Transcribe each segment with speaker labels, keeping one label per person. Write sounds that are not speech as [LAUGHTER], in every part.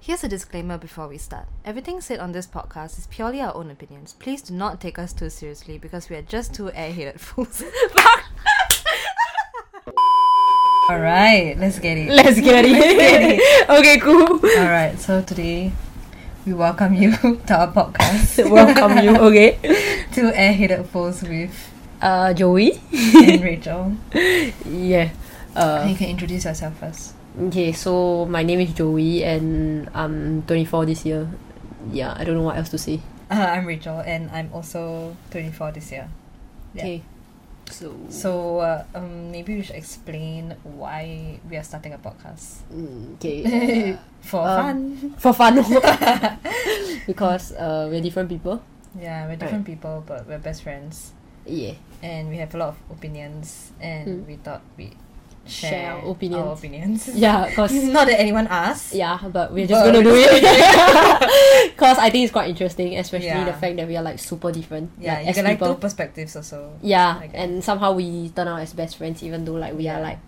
Speaker 1: Here's a disclaimer before we start. Everything said on this podcast is purely our own opinions. Please do not take us too seriously because we are just two airheaded [LAUGHS] fools. Alright, let's get it.
Speaker 2: Let's get it. [LAUGHS] okay, cool.
Speaker 1: Alright, so today we welcome you [LAUGHS] to our podcast.
Speaker 3: [LAUGHS]
Speaker 2: Welcome you. Okay.
Speaker 1: [LAUGHS] two airheaded fools
Speaker 3: [LAUGHS]
Speaker 1: with
Speaker 2: Uh, Joey.
Speaker 1: and Rachel.
Speaker 2: Yeah. Uh,
Speaker 1: you can introduce yourself first.
Speaker 2: okay. So my name is Joey, and I'm 24 this year. Yeah, I don't know what else to say.
Speaker 3: Uh, I'm Rachel, and I'm also 24 this year. Yeah.
Speaker 2: Okay. So.
Speaker 3: So uh, um, maybe we should explain why we are starting a podcast
Speaker 2: mm, [LAUGHS] Okay.
Speaker 3: for
Speaker 2: Um, for fun. [LAUGHS] because uh, we're different people.
Speaker 3: fun. [LAUGHS] Yeah, we're different people, but we're best friends,
Speaker 2: Yeah.
Speaker 3: and we have a lot of opinions, and
Speaker 2: Mm.
Speaker 3: we thought we
Speaker 2: Share
Speaker 3: share,
Speaker 2: our opinions.
Speaker 3: Our opinions.
Speaker 2: [LAUGHS] Yeah. Cause.
Speaker 3: Not that anyone asked.
Speaker 2: Yeah, but we're just
Speaker 3: But-
Speaker 2: gonna do [LAUGHS] it because I think it's quite interesting, especially
Speaker 3: Yeah.
Speaker 2: the fact that we are like super different.
Speaker 3: Yeah,
Speaker 2: like,
Speaker 3: you
Speaker 2: as
Speaker 3: get like
Speaker 2: people.
Speaker 3: two perspectives also.
Speaker 2: Yeah,
Speaker 3: Like-
Speaker 2: and somehow we turn out as best friends, even though like we are
Speaker 3: Yeah.
Speaker 2: like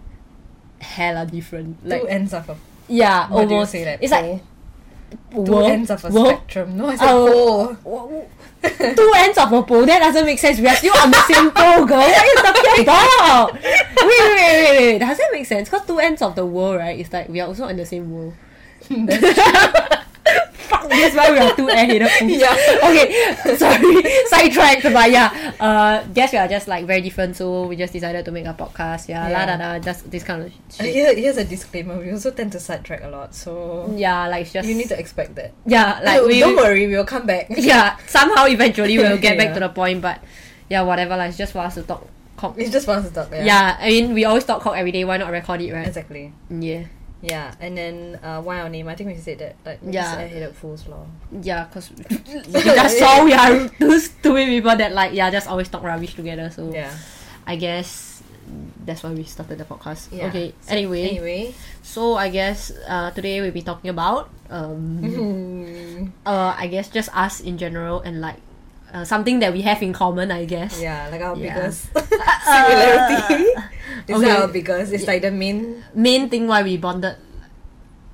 Speaker 2: hella different.
Speaker 3: two
Speaker 2: Like
Speaker 3: ends of a
Speaker 2: yeah,
Speaker 3: what do you
Speaker 2: almost.
Speaker 3: say that?
Speaker 2: it's
Speaker 3: Pole?
Speaker 2: like
Speaker 3: two
Speaker 2: world-
Speaker 3: ends of a
Speaker 2: world-
Speaker 3: spectrum. No, it's a
Speaker 2: Oh.
Speaker 3: pole.
Speaker 2: wo- wo- two ends of a pole. That doesn't make sense. We are still on the same pole, girl. What are you talking about? Wait, wait, wait, wait, wait. Does that make sense? Because two ends of the world, right? It's like we are also on the same world. [LAUGHS] Fuck, That's why we are two airheaded fools.
Speaker 3: Yeah.
Speaker 2: Okay, sorry, [LAUGHS] sidetracked, but yeah, uh, guess we are just like very different, so we just decided to make a podcast. Yeah,
Speaker 3: Yeah.
Speaker 2: la da da, just this kind of
Speaker 3: Uh,
Speaker 2: shit.
Speaker 3: [LAUGHS] Here, here's a disclaimer. We also tend to sidetrack a lot, so
Speaker 2: Yeah, like it's just
Speaker 3: you need to expect
Speaker 2: [LAUGHS]
Speaker 3: that.
Speaker 2: yeah, like
Speaker 3: No,
Speaker 2: Mm, we
Speaker 3: don't worry, we'll come
Speaker 2: [LAUGHS]
Speaker 3: back. [LAUGHS]
Speaker 2: yeah, somehow eventually we'll get back
Speaker 3: Yeah.
Speaker 2: to the point, but yeah, whatever. Like, it's just for us to talk. Cock.
Speaker 3: It's just for us to talk.
Speaker 2: Yeah.
Speaker 3: Yeah.
Speaker 2: I mean, we always talk cock every day. Why not record it, right?
Speaker 3: Exactly.
Speaker 2: Yeah,
Speaker 3: Yeah, and then uh, why our name? I think we said that. Like,
Speaker 2: Yeah.
Speaker 3: yeah. I hate fools law.
Speaker 2: yeah,
Speaker 3: [LAUGHS]
Speaker 2: cause we just saw we are two stupid people that like yeah, just always talk rubbish together. So
Speaker 3: Yeah.
Speaker 2: I guess that's why we started the podcast.
Speaker 3: Yeah.
Speaker 2: Okay.
Speaker 3: So,
Speaker 2: Anyway, [LAUGHS]
Speaker 3: Anyway.
Speaker 2: so I guess uh, today we'll be talking about
Speaker 3: Mm-hmm.
Speaker 2: um uh I guess just us in general and like uh, something that we have in common. I guess.
Speaker 3: Yeah, like our
Speaker 2: Yeah. [LAUGHS]
Speaker 3: biggest
Speaker 2: Uh,
Speaker 3: similarity. [LAUGHS] Is
Speaker 2: okay.
Speaker 3: our biggest? It's like the main.
Speaker 2: Main thing why we bonded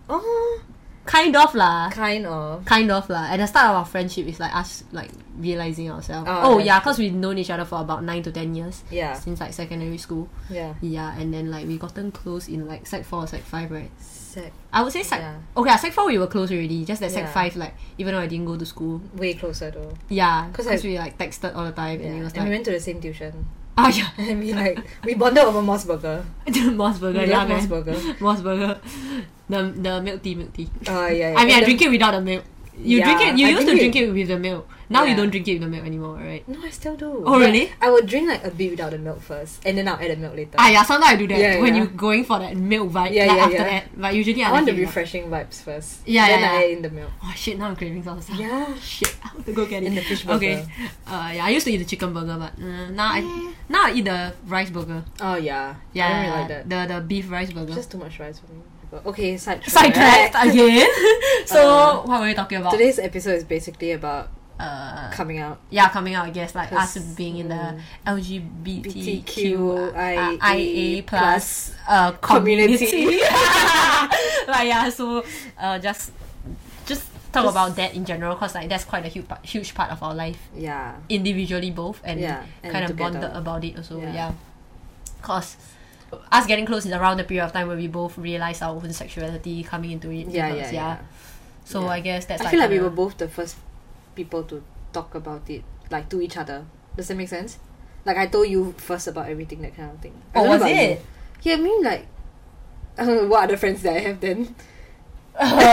Speaker 3: Oh,
Speaker 2: kind of lah
Speaker 3: kind of.
Speaker 2: kind of lah at the start of our friendship it's like us like realizing ourselves oh,
Speaker 3: Oh, that's
Speaker 2: yeah because we've known each other for about 9 to 10 years
Speaker 3: Yeah.
Speaker 2: since like secondary school
Speaker 3: Yeah.
Speaker 2: yeah and then like we gotten close in like sec 4 or sec 5 right
Speaker 3: Sec-
Speaker 2: i would say sec
Speaker 3: Yeah.
Speaker 2: okay ah, sec 4 we were close already just that sec
Speaker 3: Yeah.
Speaker 2: 5 like even though i didn't go to school
Speaker 3: way closer though.
Speaker 2: yeah
Speaker 3: 'Cause I-
Speaker 2: because we like texted all the time and it
Speaker 3: Yeah.
Speaker 2: was
Speaker 3: And we
Speaker 2: like
Speaker 3: went to the same tuition.
Speaker 2: [LAUGHS]
Speaker 3: [LAUGHS]
Speaker 2: oh yeah [LAUGHS]
Speaker 3: And we like we bonded over Moss Burger.
Speaker 2: moss burger
Speaker 3: We
Speaker 2: Oh, yeah
Speaker 3: love Moss
Speaker 2: man.
Speaker 3: Burger.
Speaker 2: [LAUGHS] moss burger the, the milk tea milk tea
Speaker 3: Uh, yeah, yeah.
Speaker 2: I mean, I
Speaker 3: And the-
Speaker 2: drink it without the milk. You
Speaker 3: Yeah,
Speaker 2: drink it. You
Speaker 3: I
Speaker 2: used to
Speaker 3: drink
Speaker 2: drink it with the milk. Now you
Speaker 3: Yeah.
Speaker 2: don't drink it with the milk anymore, right?
Speaker 3: No, I still do.
Speaker 2: Oh,
Speaker 3: But
Speaker 2: really?
Speaker 3: I will drink like a bit without the milk first, and then I'll add the milk later.
Speaker 2: Ah, yeah. Sometimes I do that
Speaker 3: Yeah,
Speaker 2: when
Speaker 3: yeah.
Speaker 2: you're going for that milk vibe.
Speaker 3: Yeah,
Speaker 2: like
Speaker 3: yeah,
Speaker 2: after
Speaker 3: yeah.
Speaker 2: that, but usually I,
Speaker 3: I want the
Speaker 2: like it without.
Speaker 3: refreshing vibes first.
Speaker 2: Yeah,
Speaker 3: then
Speaker 2: yeah,
Speaker 3: I
Speaker 2: yeah.
Speaker 3: add in the milk.
Speaker 2: Oh shit! Now I'm craving salsa.
Speaker 3: Yeah.
Speaker 2: Shit, I have to go get it.
Speaker 3: And the fish
Speaker 2: Okay. Uh, yeah, I used to eat the chicken burger, but uh, now I now I eat the rice burger.
Speaker 3: Oh yeah. Mm.
Speaker 2: Yeah,
Speaker 3: I don't really like that.
Speaker 2: the the beef rice burger.
Speaker 3: Just too much rice for me. But okay, side
Speaker 2: Sidetracked
Speaker 3: [LAUGHS]
Speaker 2: again. [LAUGHS] so
Speaker 3: Uh,
Speaker 2: what were we talking about?
Speaker 3: Today's episode is basically about
Speaker 2: uh,
Speaker 3: coming out.
Speaker 2: yeah, coming out, I guess, like us
Speaker 3: Plus,
Speaker 2: being in
Speaker 3: mm.
Speaker 2: the LGBTQIA
Speaker 3: LGBTQIA
Speaker 2: plus uh, community. [LAUGHS]
Speaker 3: community. [LAUGHS]
Speaker 2: like yeah, so uh, just just talk about that in general, cause like that's quite a huge part, huge part of our life,
Speaker 3: Yeah.
Speaker 2: individually both, and
Speaker 3: Yeah, and
Speaker 2: kind of
Speaker 3: together.
Speaker 2: bonded about it also. Yeah.
Speaker 3: Yeah.
Speaker 2: cause us getting close is around the period of time where we both realize our own sexuality coming into it.
Speaker 3: Yeah, yeah,
Speaker 2: because,
Speaker 3: yeah.
Speaker 2: So
Speaker 3: Yeah.
Speaker 2: I guess that's.
Speaker 3: I feel like we
Speaker 2: kinda-
Speaker 3: were both the first people to talk about it, like to each other. Does that make sense? Like I told you first about everything, that kind of thing. I
Speaker 2: Oh,
Speaker 3: don't know
Speaker 2: was
Speaker 3: about
Speaker 2: it?
Speaker 3: You. Yeah, I mean like, [LAUGHS] what other friends that I have then?
Speaker 2: [LAUGHS]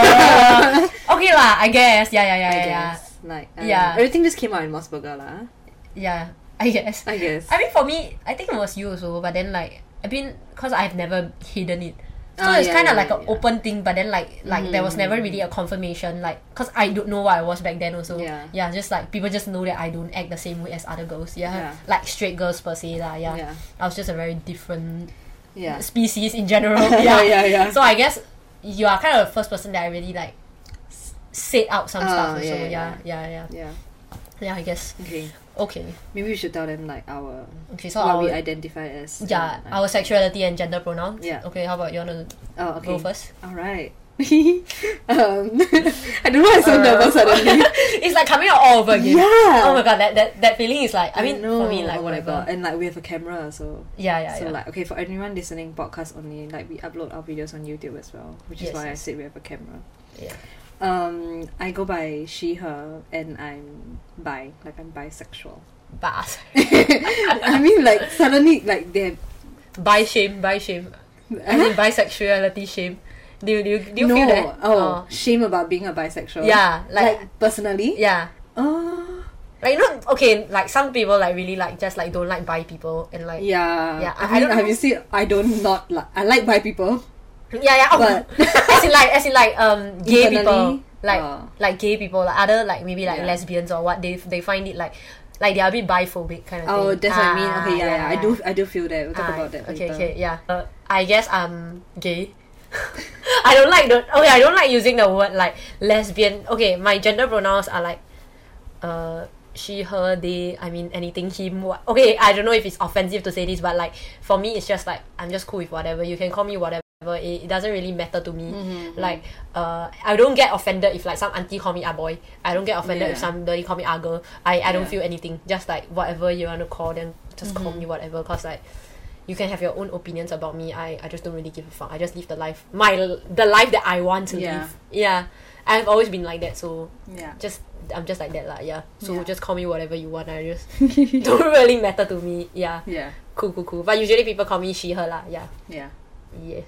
Speaker 2: Okay lah, I guess. Yeah, yeah, yeah,
Speaker 3: I
Speaker 2: yeah,
Speaker 3: guess. Like, I don't
Speaker 2: Yeah.
Speaker 3: know. Everything just came out in Moss Burger, lah.
Speaker 2: yeah. Yeah, I guess.
Speaker 3: I guess.
Speaker 2: I mean, for me, I think it was you also, but then like I mean, cause I've never hidden it, so
Speaker 3: Ah,
Speaker 2: it's
Speaker 3: yeah,
Speaker 2: kind of
Speaker 3: yeah,
Speaker 2: like an
Speaker 3: yeah.
Speaker 2: open thing. But then like like there was never really a confirmation, like cause I don't know what I was back then also.
Speaker 3: Yeah.
Speaker 2: yeah, just like people just know that I don't act the same way as other girls. Yeah,
Speaker 3: Yeah.
Speaker 2: like straight girls per se lah. Yeah.
Speaker 3: Yeah.
Speaker 2: I was just a very different
Speaker 3: Yeah.
Speaker 2: species in
Speaker 3: [LAUGHS]
Speaker 2: general.
Speaker 3: Yeah, yeah, yeah.
Speaker 2: So I guess you are kind of the first person that I really like s- said out some
Speaker 3: Ah,
Speaker 2: stuff. Also,
Speaker 3: yeah, yeah,
Speaker 2: yeah, yeah, yeah,
Speaker 3: Yeah.
Speaker 2: yeah. I guess
Speaker 3: Okay.
Speaker 2: okay,
Speaker 3: Maybe we should tell them like our
Speaker 2: okay. So
Speaker 3: what we
Speaker 2: our,
Speaker 3: identify as.
Speaker 2: yeah,
Speaker 3: and, like-
Speaker 2: our sexuality and gender pronouns.
Speaker 3: Yeah.
Speaker 2: Okay, how about you wanna
Speaker 3: Oh, okay.
Speaker 2: go first?
Speaker 3: All right. Um, [LAUGHS] I don't know [LAUGHS] why I'm so
Speaker 2: [LAUGHS]
Speaker 3: nervous suddenly.
Speaker 2: Uh, it's like coming out all over again.
Speaker 3: Yeah.
Speaker 2: Oh my god, that, that, that feeling is like I mean for me like
Speaker 3: oh my
Speaker 2: whatever.
Speaker 3: god. And like we have a camera, so
Speaker 2: Yeah, yeah,
Speaker 3: so
Speaker 2: yeah.
Speaker 3: like okay for anyone listening podcast only, like we upload our videos on YouTube as well, which is
Speaker 2: Yes,
Speaker 3: why I
Speaker 2: yes.
Speaker 3: said we have a camera.
Speaker 2: Yeah.
Speaker 3: Um, I go by she her, and I'm bi, like I'm bisexual. [LAUGHS]
Speaker 2: But
Speaker 3: I mean, like suddenly, like they
Speaker 2: by shame, by shame. I
Speaker 3: [LAUGHS]
Speaker 2: mean bisexuality shame. Do you do you, do you
Speaker 3: no,
Speaker 2: feel that? Oh.
Speaker 3: oh, shame about being a bisexual.
Speaker 2: Yeah, like-
Speaker 3: personally.
Speaker 2: yeah.
Speaker 3: Oh,
Speaker 2: Like you know, okay, like some people like really like just like don't like bi people and like
Speaker 3: yeah.
Speaker 2: Yeah, I-
Speaker 3: I,
Speaker 2: I
Speaker 3: mean,
Speaker 2: don't
Speaker 3: have
Speaker 2: know.
Speaker 3: you seen? I don't not like. I like bi people.
Speaker 2: Yeah, yeah. Oh,
Speaker 3: But-
Speaker 2: [LAUGHS] as in like, as in like, um, gay
Speaker 3: Internally,
Speaker 2: people, like,
Speaker 3: uh,
Speaker 2: like gay people, like other like maybe like
Speaker 3: Yeah.
Speaker 2: lesbians or what they they find it like, like they are a bit biphobic kind of thing.
Speaker 3: Oh, that's what I mean.
Speaker 2: Ah,
Speaker 3: Okay, yeah, yeah, I do, I do feel that. We'll talk
Speaker 2: Ah,
Speaker 3: about that
Speaker 2: Okay,
Speaker 3: later.
Speaker 2: okay, yeah. Uh, I guess I'm gay. [LAUGHS] I don't like the okay. I don't like using the word like lesbian. Okay, my gender pronouns are like, uh, she, her, they. I mean, anything, him. What? Okay, I don't know if it's offensive to say this, but like for me, it's just like I'm just cool with whatever. You can call me whatever. It, it doesn't really matter to me.
Speaker 3: Mm-hmm,
Speaker 2: Like, uh, I don't get offended if like some auntie call me a boy. I don't get offended if
Speaker 3: Yeah.
Speaker 2: somebody call me a girl. I, I don't
Speaker 3: Yeah. Mm-hmm.
Speaker 2: feel anything. Just like whatever you want to call them, just call me whatever. Cause like you can have your own opinions about me. I, I just don't really give a fuck. I just live the life my the life that I want to
Speaker 3: Yeah.
Speaker 2: live. Yeah. I've always been like that, so
Speaker 3: Yeah.
Speaker 2: just I'm just like that lah, yeah. So
Speaker 3: Yeah.
Speaker 2: just call me whatever you want. I just [LAUGHS] don't really matter to me. Yeah.
Speaker 3: Yeah.
Speaker 2: Cool, cool, cool. But usually people call me she her lah, yeah.
Speaker 3: Yeah.
Speaker 2: Yeah.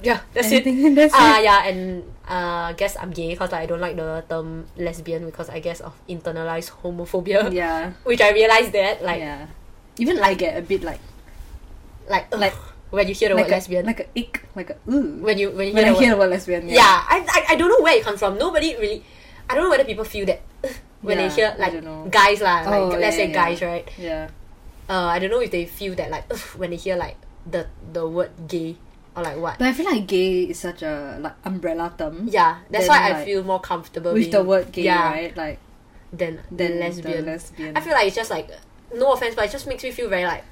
Speaker 2: Yeah, that's it.
Speaker 3: Anything [LAUGHS] that's
Speaker 2: Ah,
Speaker 3: it.
Speaker 2: yeah, and uh, guess I'm gay because like, I don't like the term lesbian because I guess of internalized homophobia,
Speaker 3: Yeah.
Speaker 2: [LAUGHS] which I realized that like
Speaker 3: yeah. Even I get a bit like
Speaker 2: like
Speaker 3: Like-
Speaker 2: like when you hear the
Speaker 3: like
Speaker 2: word lesbian,
Speaker 3: a, like a ick, like a ooh.
Speaker 2: when you when you
Speaker 3: when
Speaker 2: hear
Speaker 3: I
Speaker 2: the
Speaker 3: hear
Speaker 2: word,
Speaker 3: the word lesbian,
Speaker 2: yeah, I, I I don't know where it comes from. Nobody really, I don't know whether people feel that [LAUGHS] when
Speaker 3: Yeah,
Speaker 2: they hear
Speaker 3: I
Speaker 2: like
Speaker 3: don't know.
Speaker 2: guys lah, like
Speaker 3: Oh,
Speaker 2: let's
Speaker 3: yeah,
Speaker 2: say
Speaker 3: yeah.
Speaker 2: guys right.
Speaker 3: yeah,
Speaker 2: Uh, I don't know if they feel that like [LAUGHS] when they hear like the the word gay or like what.
Speaker 3: But I feel like gay is such a like umbrella term.
Speaker 2: yeah, that's
Speaker 3: then,
Speaker 2: why I
Speaker 3: like,
Speaker 2: feel more comfortable
Speaker 3: With
Speaker 2: being-
Speaker 3: the word gay,
Speaker 2: yeah,
Speaker 3: right? Like
Speaker 2: Than
Speaker 3: then
Speaker 2: than lesbian.
Speaker 3: The lesbian.
Speaker 2: I feel like it's just like no offense, but it just makes me feel very like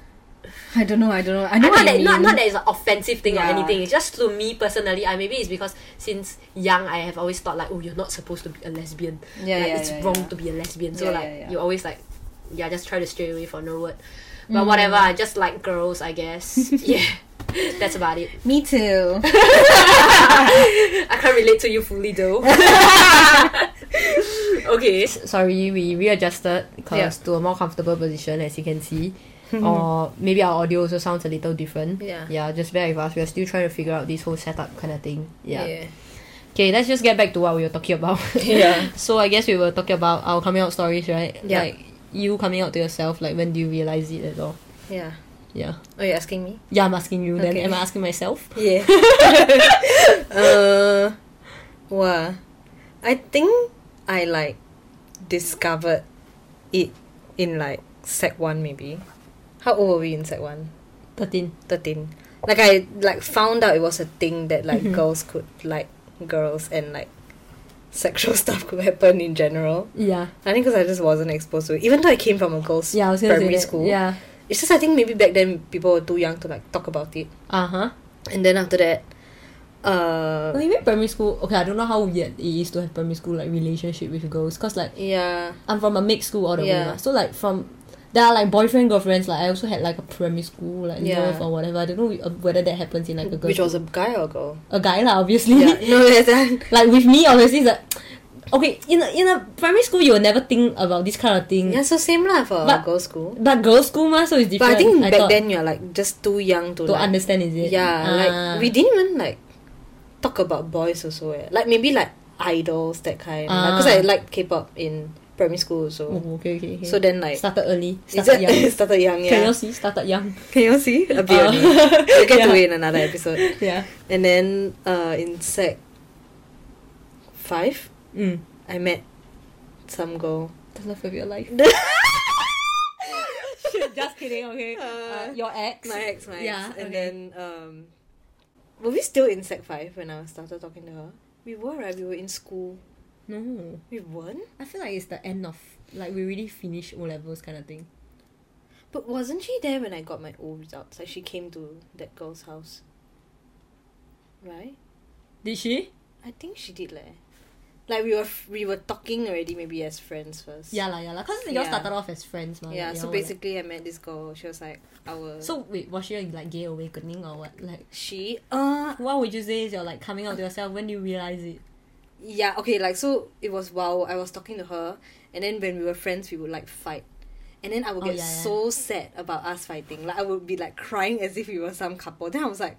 Speaker 3: I don't know. I don't know. I know
Speaker 2: not
Speaker 3: what you
Speaker 2: that
Speaker 3: mean.
Speaker 2: not, not that it's an offensive thing
Speaker 3: Yeah.
Speaker 2: or anything. It's just to me personally. I maybe it's because since young I have always thought like oh you're not supposed to be a lesbian.
Speaker 3: Yeah,
Speaker 2: like,
Speaker 3: yeah,
Speaker 2: it's
Speaker 3: yeah,
Speaker 2: wrong
Speaker 3: yeah.
Speaker 2: to be a lesbian. So
Speaker 3: Yeah,
Speaker 2: like
Speaker 3: yeah, yeah.
Speaker 2: you always like yeah just try to stray away from the word. But whatever, I just like girls, I [LAUGHS] guess. yeah, that's about it.
Speaker 3: Me too.
Speaker 2: I can't relate to you fully [LAUGHS] though. okay. Sorry, we readjusted because
Speaker 3: Yeah.
Speaker 2: to a more comfortable position as you can [LAUGHS] see. or maybe our audio also sounds a little different.
Speaker 3: Yeah.
Speaker 2: Yeah, just bear with us. We're still trying to figure out this whole setup kind of thing. [LAUGHS]
Speaker 3: [LAUGHS]
Speaker 2: Yeah. Okay, let's just get back to what we were talking about.
Speaker 3: Yeah.
Speaker 2: so I guess we were talking about our coming out stories, right?
Speaker 3: Yeah.
Speaker 2: Like you coming out to yourself, like when do you realize it at all?
Speaker 3: Yeah.
Speaker 2: Yeah.
Speaker 3: Oh, you're asking me?
Speaker 2: Yeah, I'm asking you then.
Speaker 3: Okay.
Speaker 2: Am I asking myself?
Speaker 3: Yeah. uh, wow. I think I like discovered it in like sec one maybe. How old were we in sec one?
Speaker 2: Thirteen.
Speaker 3: Thirteen. Like I like found out it was a thing that like girls could like girls and like sexual [LAUGHS] stuff could happen in general.
Speaker 2: Yeah.
Speaker 3: I think because I just wasn't exposed to it, even though I came from a girls'
Speaker 2: Yeah, I was gonna
Speaker 3: primary
Speaker 2: say that.
Speaker 3: school.
Speaker 2: Yeah.
Speaker 3: It's just I think maybe back then people were too young to like talk about it.
Speaker 2: Uh huh.
Speaker 3: And then after that, uh,
Speaker 2: Well, even primary school, okay, I don't know how weird it is to have primary school like relationship with girls, cause like
Speaker 3: yeah,
Speaker 2: I'm from a mixed school all the way,
Speaker 3: Yeah.
Speaker 2: lah. so like from there are like boyfriend girlfriends. Like I also had like a primary school like
Speaker 3: Yeah.
Speaker 2: love or whatever. I don't know uh, whether that happens in like a girl,
Speaker 3: which was a guy or
Speaker 2: [LAUGHS]
Speaker 3: girl?
Speaker 2: a guy lah, obviously.
Speaker 3: yeah, no, [LAUGHS] that's that.
Speaker 2: like with me, obviously, it's like okay in a, in a primary school you will never think about this kind of thing.
Speaker 3: Yeah, so same lah for
Speaker 2: But-
Speaker 3: girl school.
Speaker 2: But girls' school, ma, so it's
Speaker 3: But
Speaker 2: different.
Speaker 3: I think back
Speaker 2: thought,
Speaker 3: then you're like just too young to,
Speaker 2: to
Speaker 3: like,
Speaker 2: understand is it?
Speaker 3: Yeah,
Speaker 2: Ah.
Speaker 3: like we didn't even like talk about boys also. Eh. Like maybe like idols that kind. Because
Speaker 2: Ah.
Speaker 3: I liked K-pop in primary school so. [LAUGHS]
Speaker 2: Oh, okay, okay, okay.
Speaker 3: So then like
Speaker 2: started early,
Speaker 3: is it-
Speaker 2: started young.
Speaker 3: [LAUGHS] started young, yeah.
Speaker 2: Can you all see? Started young.
Speaker 3: Can you all see? [LAUGHS] A bit
Speaker 2: [LAUGHS] Uh,
Speaker 3: only. We'll get
Speaker 2: yeah.
Speaker 3: to it in another episode.
Speaker 2: Yeah.
Speaker 3: And then uh, in sec five,
Speaker 2: Mm.
Speaker 3: I met some
Speaker 2: [LAUGHS]
Speaker 3: girl.
Speaker 2: The love of your life. [LAUGHS] Just kidding,
Speaker 3: [LAUGHS]
Speaker 2: okay.
Speaker 3: Uh,
Speaker 2: your ex. [LAUGHS]
Speaker 3: my ex, my
Speaker 2: Yeah,
Speaker 3: ex. And
Speaker 2: okay.
Speaker 3: then um, were we still in sec five when I started talking to her? We were right. We were in school.
Speaker 2: No.
Speaker 3: We weren't.
Speaker 2: I feel like it's the end of like we really finish O levels kind of thing.
Speaker 3: But wasn't she there when I got my O results? Like she came to that girl's house, right?
Speaker 2: Did she?
Speaker 3: I think she did leh. Like we were f- we were talking already maybe as friends first.
Speaker 2: Yeah lah, yeah lah. Cause you all
Speaker 3: Yeah.
Speaker 2: started off as friends, mah.
Speaker 3: Yeah,
Speaker 2: like,
Speaker 3: so
Speaker 2: y'all were like-
Speaker 3: basically I met this girl, she was like our
Speaker 2: So wait, was she like gay awakening or what? Like,
Speaker 3: she uh
Speaker 2: what would you say is your like coming out to yourself? When do you
Speaker 3: [LAUGHS]
Speaker 2: realize it?
Speaker 3: Yeah, okay, like so it was wow. I was talking to her and then when we were friends we would like fight. And then I would
Speaker 2: Oh,
Speaker 3: get
Speaker 2: yeah, yeah.
Speaker 3: so sad about us fighting. Like I would be like crying as if we were some couple. Then I was like,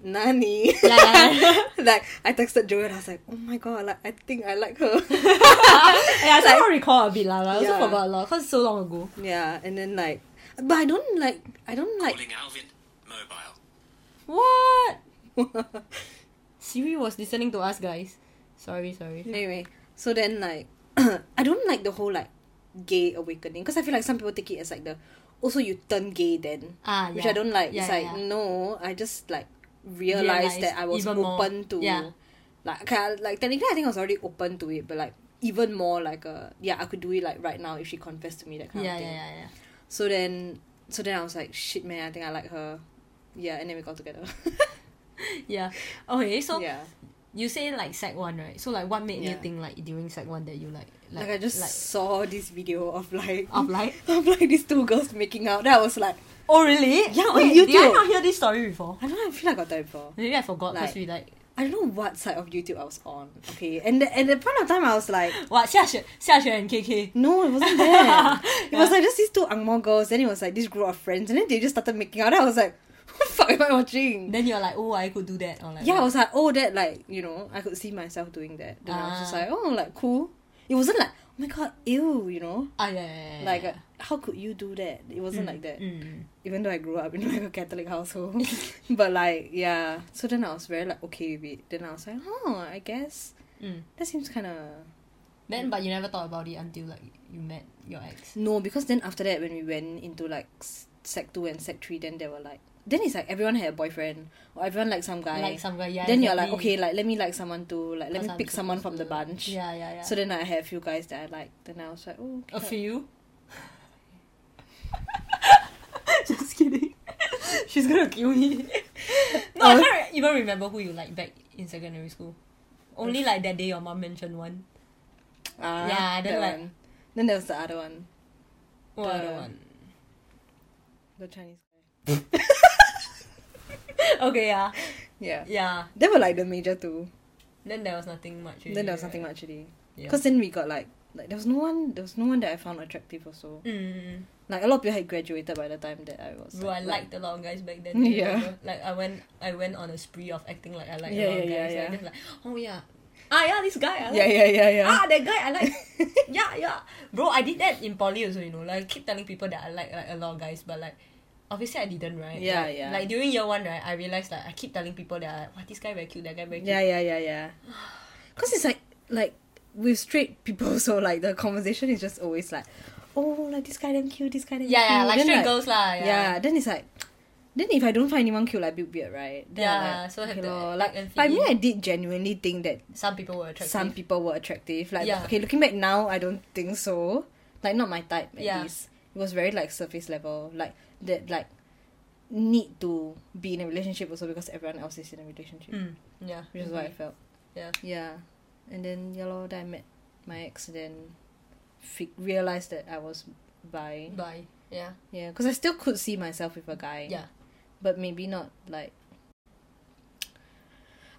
Speaker 3: Nani
Speaker 2: Yeah, yeah, yeah.
Speaker 3: [LAUGHS] Like I texted Joey and I was like, Oh my god, like I think I like her [LAUGHS]
Speaker 2: yeah I somehow recall a bit lah. but I also
Speaker 3: Yeah.
Speaker 2: forgot a lot because so long ago.
Speaker 3: Yeah, and then like but I don't like I don't like
Speaker 4: Calling Alvin. Mobile.
Speaker 2: What? Siri was listening to us, guys. Sorry, sorry.
Speaker 3: [LAUGHS] Anyway, so then like [CLEARS THROAT] I don't like the whole like gay awakening because I feel like some people take it as like the also you turn gay then,
Speaker 2: Ah,
Speaker 3: which
Speaker 2: yeah.
Speaker 3: I don't like.
Speaker 2: Yeah,
Speaker 3: it's
Speaker 2: yeah,
Speaker 3: like
Speaker 2: yeah.
Speaker 3: no, I just like realized
Speaker 2: Realised
Speaker 3: that I was
Speaker 2: even more.
Speaker 3: open to
Speaker 2: Yeah.
Speaker 3: like okay, I- like technically I think I was already open to it, but like even more like a yeah I could do it like right now if she confessed to me that kind
Speaker 2: Yeah,
Speaker 3: of
Speaker 2: yeah,
Speaker 3: thing.
Speaker 2: yeah, yeah.
Speaker 3: So then so then I was like shit man I think I like her, yeah and then we got together. [LAUGHS]
Speaker 2: Yeah. Okay, so
Speaker 3: yeah.
Speaker 2: you say like sec one, right? So like, what made you
Speaker 3: Yeah.
Speaker 2: think like during sec one that you like
Speaker 3: Like, I [LAUGHS] just
Speaker 2: like
Speaker 3: saw this video of like
Speaker 2: of like
Speaker 3: [LAUGHS] of like these two girls making out. Then I was like,
Speaker 2: oh really?
Speaker 3: Yeah, on
Speaker 2: Wait, Did I
Speaker 3: YouTube.
Speaker 2: not hear this story before?
Speaker 3: I don't know, I feel like I got that before.
Speaker 2: Maybe I forgot because
Speaker 3: Like-
Speaker 2: we like
Speaker 3: I don't know what side of YouTube I was on. Okay, and the, at the point of time I was like,
Speaker 2: what 下雪下雪 and KK.
Speaker 3: no, it wasn't that. It was
Speaker 2: Yeah.
Speaker 3: like just these two angmo girls. Then it was like this group of friends, and then they just started making out. Then I was like, [LAUGHS] what the fuck am I watching?
Speaker 2: [LAUGHS] Then you're like, oh, I could do that. Or like,
Speaker 3: yeah, I
Speaker 2: what?
Speaker 3: was like, oh, that like you know, I could see myself doing that. Then I was just
Speaker 2: Ah.
Speaker 3: like, oh, like cool. It wasn't like, oh my god, ew, you know,
Speaker 2: ah, yeah, yeah, yeah, yeah,
Speaker 3: like
Speaker 2: yeah.
Speaker 3: uh, how could you do that? It wasn't like that.
Speaker 2: Mm.
Speaker 3: even though I grew up in [LAUGHS] like a Catholic
Speaker 2: [LAUGHS]
Speaker 3: household. [LAUGHS] but like, yeah. So then I was very like okay with it. Then I was like, oh, I guess
Speaker 2: Mm.
Speaker 3: that seems kind of
Speaker 2: Then, but you never thought about it until like you met your ex.
Speaker 3: no because then after that when we went into like s- sec two and sec three, then they were like. Then it's like everyone had a boyfriend or everyone liked some guy.
Speaker 2: Like some guy, yeah.
Speaker 3: then you're like,
Speaker 2: exactly.
Speaker 3: okay, like let me like someone too. Like let me
Speaker 2: Because I'm
Speaker 3: pick someone from the
Speaker 2: supposed to-
Speaker 3: bunch.
Speaker 2: Yeah, yeah, yeah.
Speaker 3: So then I had a few guys that I liked. Then I was like, oh,
Speaker 2: a
Speaker 3: okay. [LAUGHS]
Speaker 2: few. Just kidding. She's gonna kill me. no, I
Speaker 3: Oh.
Speaker 2: can't re- even remember who you like back in secondary school. Only like that day your mom mentioned one.
Speaker 3: Ah,
Speaker 2: Yeah, then
Speaker 3: that
Speaker 2: like-
Speaker 3: one. Then there was the other one,
Speaker 2: What
Speaker 3: The-
Speaker 2: other one?
Speaker 3: the Chinese guy.
Speaker 2: Okay, yeah,
Speaker 3: Yeah,
Speaker 2: yeah.
Speaker 3: they were like the major two.
Speaker 2: Then there was nothing much.
Speaker 3: Then
Speaker 2: really,
Speaker 3: there was nothing
Speaker 2: right?
Speaker 3: much really.
Speaker 2: Yeah.
Speaker 3: Because then we got like like there was no one there was no one that I found attractive also.
Speaker 2: Mm.
Speaker 3: Like a lot of people had graduated by the time that I was.
Speaker 2: Bro, I
Speaker 3: like-
Speaker 2: liked a lot of guys back
Speaker 3: [LAUGHS]
Speaker 2: then. do you
Speaker 3: Yeah.
Speaker 2: remember? Like I went, I went on a spree of acting like I liked
Speaker 3: Yeah,
Speaker 2: a lot of
Speaker 3: yeah,
Speaker 2: guys.
Speaker 3: yeah,
Speaker 2: Like, just like, oh yeah, ah yeah, this guy. I like.
Speaker 3: Yeah, yeah, yeah, yeah.
Speaker 2: Ah, that guy I
Speaker 3: [LAUGHS]
Speaker 2: like. yeah, yeah. Bro, I did that in poly also. You know, like I keep telling people that I like like a lot of guys, but like. Obviously, I didn't, right?
Speaker 3: Yeah,
Speaker 2: like,
Speaker 3: yeah.
Speaker 2: Like during year one, right? I realized like I keep telling people that I, wow, this guy very cute, that guy very cute.
Speaker 3: Yeah, yeah, yeah,
Speaker 2: [SIGHS]
Speaker 3: yeah. Cause it's like like with straight people [LAUGHS] so like the conversation is just always like, Oh, like this guy damn cute, this guy damn
Speaker 2: yeah,
Speaker 3: cute.
Speaker 2: yeah, like
Speaker 3: Then,
Speaker 2: straight girls lah.
Speaker 3: Yeah.
Speaker 2: Yeah,
Speaker 3: then it's like then if I don't find anyone cute, like a bit weird, right? Then I'm
Speaker 2: Yeah,
Speaker 3: like,
Speaker 2: so have
Speaker 3: okay
Speaker 2: to
Speaker 3: lor,
Speaker 2: act
Speaker 3: like,
Speaker 2: and
Speaker 3: but I
Speaker 2: fit
Speaker 3: mean,
Speaker 2: in.
Speaker 3: I did genuinely think that
Speaker 2: some people were attractive.
Speaker 3: some people were attractive. Like
Speaker 2: Yeah.
Speaker 3: okay, looking back now, I don't think so. Like not my type at
Speaker 2: Yeah.
Speaker 3: least. It was very like surface level. Like that like need to be in a relationship also because everyone else is in a relationship.
Speaker 2: Mm, yeah,
Speaker 3: Which is what I felt.
Speaker 2: Yeah.
Speaker 3: Yeah. And then yeah, lor, then I met my ex then freak, realized that I was bi.
Speaker 2: Bye. Yeah.
Speaker 3: Yeah, because I still could see myself with a guy.
Speaker 2: Yeah.
Speaker 3: But maybe not like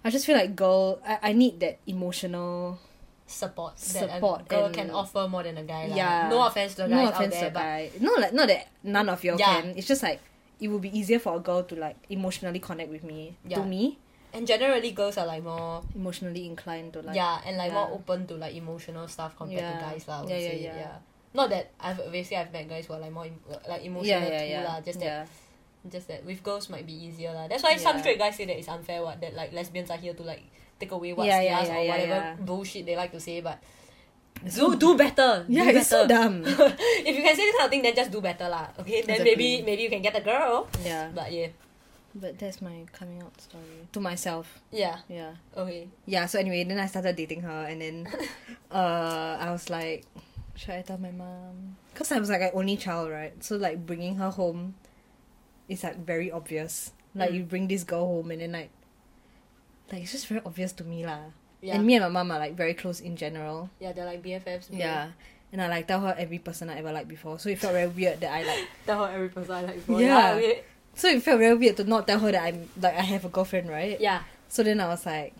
Speaker 3: I just feel like girl I, I need that emotional
Speaker 2: support
Speaker 3: Support
Speaker 2: that a girl
Speaker 3: and-
Speaker 2: can offer more than a guy.
Speaker 3: Yeah.
Speaker 2: Yeah. No offense to the guys
Speaker 3: no offense
Speaker 2: out there,
Speaker 3: to
Speaker 2: but
Speaker 3: guy. No, like not that none of y'all
Speaker 2: Yeah.
Speaker 3: can. It's just like it would be easier for a girl to like emotionally connect with me.
Speaker 2: Yeah.
Speaker 3: To me,
Speaker 2: and generally girls are like more
Speaker 3: emotionally inclined to like.
Speaker 2: yeah and like
Speaker 3: yeah.
Speaker 2: more open to like emotional stuff compared
Speaker 3: Yeah.
Speaker 2: to guys lah. I would
Speaker 3: Yeah, yeah,
Speaker 2: say.
Speaker 3: yeah.
Speaker 2: Not that I've obviously I've met guys who are like more em- like emotional
Speaker 3: yeah, yeah,
Speaker 2: too
Speaker 3: yeah.
Speaker 2: lah. Just that
Speaker 3: yeah.
Speaker 2: just that with girls might be easier lah. That's why some
Speaker 3: Yeah.
Speaker 2: straight guys say that it's unfair what that like lesbians are here to like take away what's
Speaker 3: Yeah, yeah,
Speaker 2: theirs
Speaker 3: yeah,
Speaker 2: or
Speaker 3: yeah,
Speaker 2: whatever
Speaker 3: yeah.
Speaker 2: bullshit they like to say, but do do better.
Speaker 3: Yeah,
Speaker 2: do
Speaker 3: it's so
Speaker 2: better.
Speaker 3: dumb.
Speaker 2: [LAUGHS] if you can say this kind of thing, then just do better lah. Okay, then
Speaker 3: Exactly.
Speaker 2: maybe maybe you can get a girl.
Speaker 3: yeah,
Speaker 2: But yeah,
Speaker 3: but that's my coming out story to myself.
Speaker 2: yeah.
Speaker 3: Yeah,
Speaker 2: Okay.
Speaker 3: yeah. So anyway, then I started dating her, and
Speaker 2: [LAUGHS]
Speaker 3: then, uh, I was like, should I tell my mom? Cause I was like an only child, right? So like bringing her home, is like very obvious. Like
Speaker 2: Mm.
Speaker 3: you bring this girl home, and then like, like it's just very obvious to me lah.
Speaker 2: Yeah.
Speaker 3: And me and my mom are like very close in general.
Speaker 2: Yeah, they're like BFFs. bro.
Speaker 3: Yeah. And I like tell her every person I ever liked before. So it felt very weird that I like
Speaker 2: Tell her every person I like before.
Speaker 3: Yeah.
Speaker 2: Yeah. okay.
Speaker 3: so it felt very weird to not tell her that I'm like I have a girlfriend, right?
Speaker 2: Yeah.
Speaker 3: So then I was like,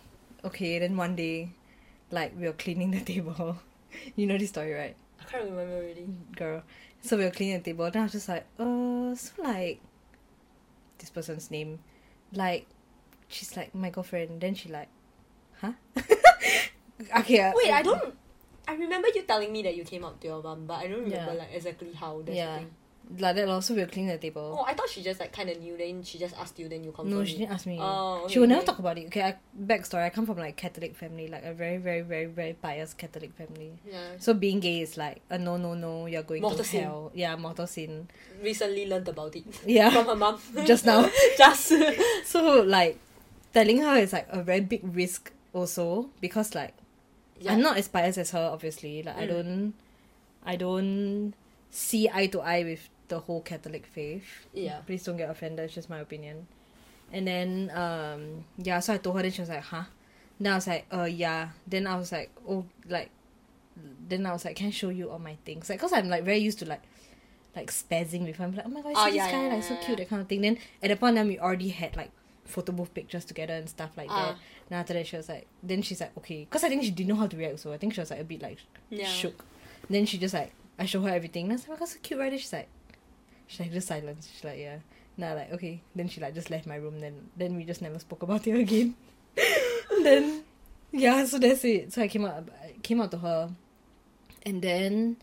Speaker 3: okay, then one day, like we were cleaning the table. [LAUGHS] you know this story, right?
Speaker 2: I can't remember already.
Speaker 3: girl. So we were cleaning the table. Then I was just like, uh, so like, this person's name, like, she's like my girlfriend. Then she like, huh? [LAUGHS] okay. uh,
Speaker 2: Wait, I don't. I remember you telling me that you came up to your mum, but I don't remember
Speaker 3: Yeah.
Speaker 2: like exactly how. That's
Speaker 3: Yeah.
Speaker 2: The thing.
Speaker 3: Like that lor. So we were cleaning the table.
Speaker 2: Oh, I thought she just like kind of knew. Then she just asked you. Then you confirmed.
Speaker 3: no, she
Speaker 2: it.
Speaker 3: didn't ask me.
Speaker 2: Oh, okay,
Speaker 3: she would never
Speaker 2: okay.
Speaker 3: talk about it. Okay, I, backstory. I come from like Catholic family, like a very, very, very, very biased Catholic family.
Speaker 2: Yeah.
Speaker 3: So being gay is like a no, no, no. You're going
Speaker 2: Mortal
Speaker 3: to
Speaker 2: sin.
Speaker 3: hell. Yeah, mortal sin.
Speaker 2: Recently learned about it [LAUGHS]
Speaker 3: Yeah. [LAUGHS]
Speaker 2: from her mum.
Speaker 3: Just
Speaker 2: [LAUGHS]
Speaker 3: now.
Speaker 2: just.
Speaker 3: So like telling her is like a very big risk also because like [LAUGHS]
Speaker 2: Yeah.
Speaker 3: I'm not as biased as her obviously. Like I
Speaker 2: Mm.
Speaker 3: don't I don't see eye to eye with the whole Catholic faith.
Speaker 2: Yeah.
Speaker 3: Please don't get offended, it's just my opinion. And then um yeah, so I told her then she was like, huh? Then I was like, uh yeah. Then I was like, oh like then I was like, can I show you all my things? Like, cause I'm like very used to like like spazzing with her. I'm like, oh my god,
Speaker 2: Oh,
Speaker 3: see
Speaker 2: yeah,
Speaker 3: this guy,
Speaker 2: yeah,
Speaker 3: like so
Speaker 2: yeah,
Speaker 3: cute,
Speaker 2: yeah.
Speaker 3: that kind of thing. Then at the point then we already had like photo booth pictures together and stuff like that.
Speaker 2: Ah.
Speaker 3: Then after that she was like then she's like, okay. Because I think she didn't know how to react, so I think she was like a bit like
Speaker 2: Yeah.
Speaker 3: shook. Then she just like I show her everything. And I was like, oh my god, so cute, right? Then she's like she's like just silence. She's like, yeah. Now like, okay. Then she like just left my room then then we just never spoke about it [LAUGHS] again. then yeah, so that's it. So I came out I came out to her and then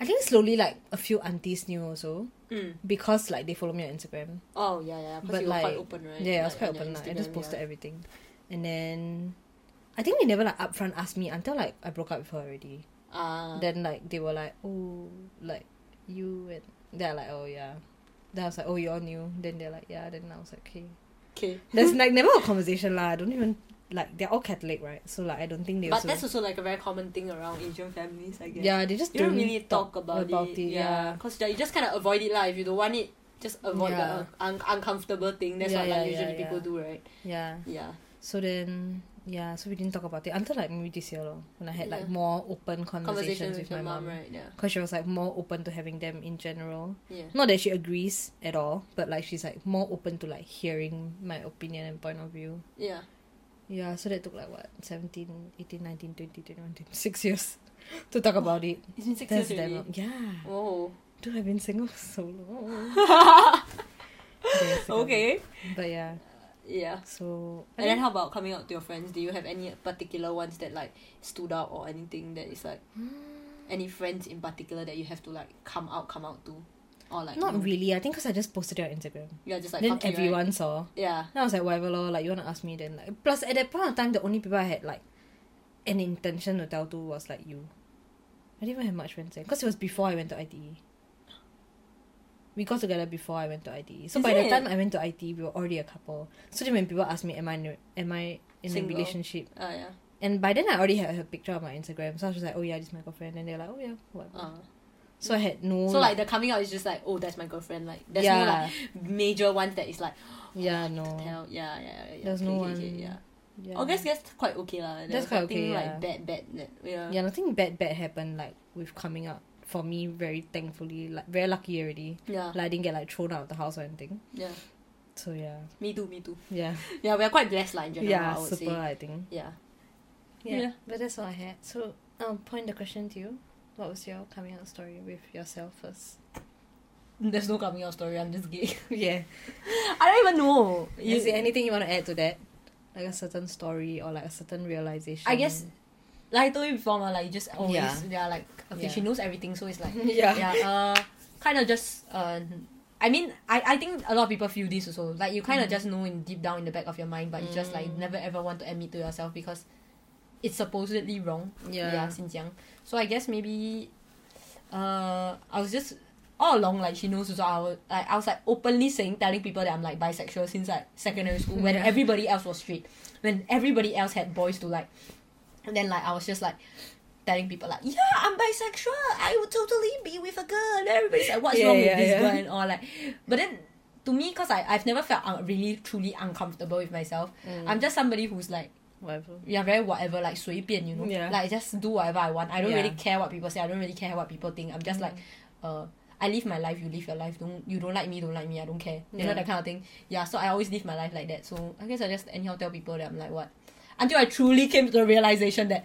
Speaker 3: I think slowly like a few aunties knew also
Speaker 2: Mm.
Speaker 3: because like they follow me on Instagram.
Speaker 2: Oh yeah, yeah. Because
Speaker 3: But,
Speaker 2: you were
Speaker 3: like,
Speaker 2: quite open, right?
Speaker 3: Yeah, I was
Speaker 2: Like,
Speaker 3: quite
Speaker 2: on your
Speaker 3: open. Like, I just
Speaker 2: Instagram,
Speaker 3: posted
Speaker 2: yeah.
Speaker 3: everything, and then I think they never like upfront asked me until like I broke up with her already.
Speaker 2: Ah.
Speaker 3: Then like they were like, oh, like you and they're like, oh yeah. Then I was like, oh, you all knew. Then they're like, yeah. Then I was like, okay.
Speaker 2: okay.
Speaker 3: There's like never a conversation lah. I don't even like they're all Catholic, right? So like I don't think they.
Speaker 2: But
Speaker 3: also,
Speaker 2: that's also like a very common thing around Asian families, I guess.
Speaker 3: yeah, they just
Speaker 2: You don't really talk about,
Speaker 3: about it, yeah.
Speaker 2: Because you just kind of avoid it, lah. If you don't want it, just avoid
Speaker 3: Yeah.
Speaker 2: the un- uncomfortable thing. That's
Speaker 3: Yeah,
Speaker 2: what
Speaker 3: yeah,
Speaker 2: like
Speaker 3: yeah,
Speaker 2: usually
Speaker 3: yeah.
Speaker 2: people do, right?
Speaker 3: yeah.
Speaker 2: Yeah.
Speaker 3: So then, yeah, so we didn't talk about it until like maybe this year, lor, when I had like
Speaker 2: Yeah.
Speaker 3: more open conversations
Speaker 2: Conversations with,
Speaker 3: with
Speaker 2: your
Speaker 3: my
Speaker 2: mom,
Speaker 3: mom.
Speaker 2: right? Yeah.
Speaker 3: Because she was like more open to having them in general.
Speaker 2: Yeah.
Speaker 3: Not that she agrees at all, but like she's like more open to like hearing my opinion and point of view.
Speaker 2: Yeah.
Speaker 3: Yeah, so that took like what, 17, 18, 19, 20, 21, 26 years [LAUGHS] to talk about it.
Speaker 2: It's been six
Speaker 3: That's
Speaker 2: years
Speaker 3: damn
Speaker 2: already.
Speaker 3: long. Yeah.
Speaker 2: Oh.
Speaker 3: Dude, I've been single for so long.
Speaker 2: [LAUGHS]
Speaker 3: Basically.
Speaker 2: Okay.
Speaker 3: But yeah,
Speaker 2: Yeah.
Speaker 3: so. I
Speaker 2: And then
Speaker 3: think-
Speaker 2: how about coming out to your friends? Do you have any particular ones that like stood out or anything that is like any friends in particular that you have to like come out, come out to, or like
Speaker 3: Not
Speaker 2: you-
Speaker 3: really, I think because I just posted it on Instagram.
Speaker 2: Yeah, just like
Speaker 3: then
Speaker 2: fuck you, right?
Speaker 3: everyone saw.
Speaker 2: Yeah.
Speaker 3: Then I was like, whatever, lor, like you wanna ask me then like plus at that point of time the only people I had like an intention to tell to was like you. I didn't even have much friends because it was before I went to ITE. We got together before I went to ITE. So
Speaker 2: Is
Speaker 3: by
Speaker 2: it?
Speaker 3: the time I went to ITE, we were already a couple. So then when people ask me, am I in, am I in
Speaker 2: Single.
Speaker 3: a relationship?
Speaker 2: Oh yeah.
Speaker 3: And by then I already had her picture on my Instagram. So I was just like, oh yeah, this is my girlfriend. And they're like, oh yeah, whatever.
Speaker 2: Uh.
Speaker 3: so I had no.
Speaker 2: So like the coming out is just like, oh, that's my girlfriend. Like there's
Speaker 3: yeah,
Speaker 2: no like major ones that is like
Speaker 3: yeah, no.
Speaker 2: tell. Yeah, yeah, yeah. yeah.
Speaker 3: There's
Speaker 2: Okay,
Speaker 3: no
Speaker 2: okay, okay,
Speaker 3: one-
Speaker 2: yeah.
Speaker 3: Yeah.
Speaker 2: Oh, that's that's quite okay lah. There's
Speaker 3: quite okay,
Speaker 2: nothing, Like
Speaker 3: yeah.
Speaker 2: bad, bad. that- Yeah.
Speaker 3: yeah, nothing bad bad happened like with coming out for me. Very thankfully, like very lucky already.
Speaker 2: Yeah.
Speaker 3: Like I didn't get like thrown out of the house or anything.
Speaker 2: Yeah.
Speaker 3: So yeah,
Speaker 2: Me too. Me too.
Speaker 3: yeah,
Speaker 2: Yeah, we are quite blessed lah in general.
Speaker 3: yeah,
Speaker 2: I would
Speaker 3: super.
Speaker 2: say.
Speaker 3: I think.
Speaker 2: Yeah.
Speaker 3: Yeah.
Speaker 2: Yeah.
Speaker 3: but that's all I had. So I'll point the question to you. What was your coming out story with yourself first?
Speaker 2: There's no coming out story. I'm just gay.
Speaker 3: [LAUGHS] yeah.
Speaker 2: [LAUGHS] I don't even know.
Speaker 3: Is there anything you want to add to that? Like a certain story or like a certain realization.
Speaker 2: I guess, like I told you before, ma, like you just always
Speaker 3: Yeah.
Speaker 2: yeah, like okay,
Speaker 3: Yeah.
Speaker 2: she knows everything, so it's like
Speaker 3: [LAUGHS] Yeah.
Speaker 2: yeah, uh, kind of just uh, I mean, I I think a lot of people feel this also. Like you
Speaker 3: Mm-hmm.
Speaker 2: kind of just know in deep down in the back of your mind, but you just like
Speaker 3: Mm.
Speaker 2: never ever want to admit to yourself because it's supposedly wrong.
Speaker 3: Yeah.
Speaker 2: yeah, since young. So I guess maybe, uh, I was just. All along, like she knows, so I was like, I was like openly saying, telling people that I'm like bisexual since like secondary school when everybody else was straight, when everybody else had boys to like and then like I was just like telling people like, yeah, I'm bisexual. I would totally be with a girl. And everybody's like, what's
Speaker 3: Yeah,
Speaker 2: wrong
Speaker 3: yeah,
Speaker 2: with this
Speaker 3: yeah.
Speaker 2: girl and all like. But then to me, because I I've never felt un- really truly uncomfortable with myself.
Speaker 3: Mm.
Speaker 2: I'm just somebody who's like
Speaker 3: Whatever. [LAUGHS]
Speaker 2: yeah, very whatever, like 随便, you know.
Speaker 3: Yeah.
Speaker 2: Like just do whatever I want. I don't
Speaker 3: Yeah. Mm.
Speaker 2: really care what people say. I don't really care what people think. I'm just like, uh, I live my life. You live your life. Don't you don't like me? Don't like me. I don't care. You
Speaker 3: Yeah.
Speaker 2: know that kind of thing. Yeah. So I always live my life like that. So I guess I just anyhow tell people that I'm like what, until I truly came to the realization that,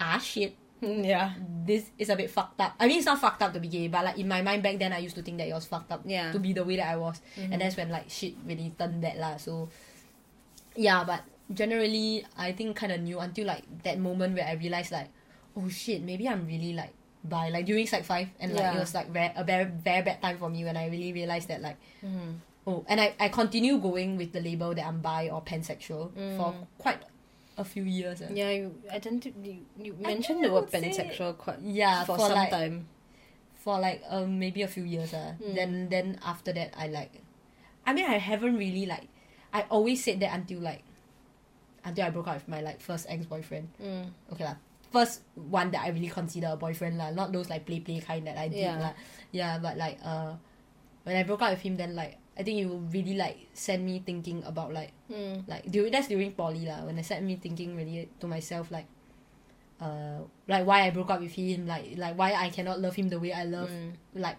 Speaker 2: ah shit,
Speaker 3: Yeah.
Speaker 2: this is a bit fucked up. I mean, it's not fucked up to be gay, but like in my mind back then, I used to think that it was fucked up
Speaker 3: Yeah. Mm-hmm.
Speaker 2: to be the way that I was, and that's when like shit really turned bad lah. So, yeah, but generally, I think kind of new until like that moment where I realized like, oh shit, maybe I'm really like bi, like during sec five, and like it
Speaker 3: Yeah.
Speaker 2: was like very, a very very bad time for me when I really realized that like.
Speaker 3: Mm-hmm.
Speaker 2: Oh, and I, I continue going with the label that I'm bi or pansexual for quite a few years. eh.
Speaker 3: Mm. Yeah, you identi- you, you
Speaker 2: I
Speaker 3: mentioned
Speaker 2: think
Speaker 3: the
Speaker 2: I
Speaker 3: word
Speaker 2: would say-
Speaker 3: pansexual quite
Speaker 2: Yeah,
Speaker 3: for,
Speaker 2: for,
Speaker 3: some
Speaker 2: like,
Speaker 3: time.
Speaker 2: for like um maybe a few years uh. then then after that I like I mean I haven't really like I always said that until like until I broke up with my like first ex boyfriend
Speaker 3: Mm.
Speaker 2: okay lah first one that I really consider a boyfriend lah not those like play play kind that I did
Speaker 3: Yeah.
Speaker 2: lah yeah but like uh when I broke up with him then like I think it would really like send me thinking about like
Speaker 3: Mm.
Speaker 2: like during that's during poly lah when I set me thinking really to myself like uh like why I broke up with him like like why I cannot love him the way I love
Speaker 3: Mm.
Speaker 2: like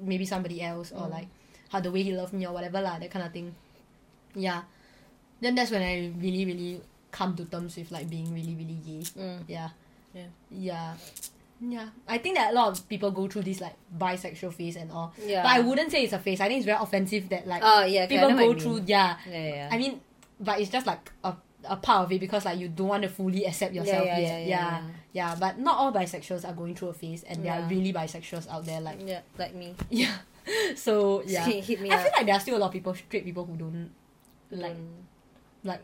Speaker 2: maybe somebody else or like how the way he loved me or whatever lah that kind of thing yeah then that's when I really really come to terms with like being really really gay
Speaker 3: Mm.
Speaker 2: yeah
Speaker 3: Yeah.
Speaker 2: yeah yeah I think that a lot of people go through this like bisexual phase and all
Speaker 3: Yeah.
Speaker 2: but I wouldn't say it's a phase I think it's very offensive that like
Speaker 3: Oh yeah, okay, I
Speaker 2: people
Speaker 3: know what
Speaker 2: go
Speaker 3: you mean.
Speaker 2: through yeah
Speaker 3: Yeah, yeah.
Speaker 2: I mean, but it's just like a, a part of it because like you don't want to fully accept yourself
Speaker 3: yeah,
Speaker 2: yet.
Speaker 3: yeah,
Speaker 2: Yeah
Speaker 3: yeah,
Speaker 2: yeah, But not all bisexuals are going through a phase, and there
Speaker 3: Yeah.
Speaker 2: are really bisexuals out there. Like
Speaker 3: yeah, like me.
Speaker 2: yeah, so yeah.
Speaker 3: Hit- hit me
Speaker 2: I feel
Speaker 3: up.
Speaker 2: like there are still a lot of people, straight people, who don't like
Speaker 3: Mm.
Speaker 2: like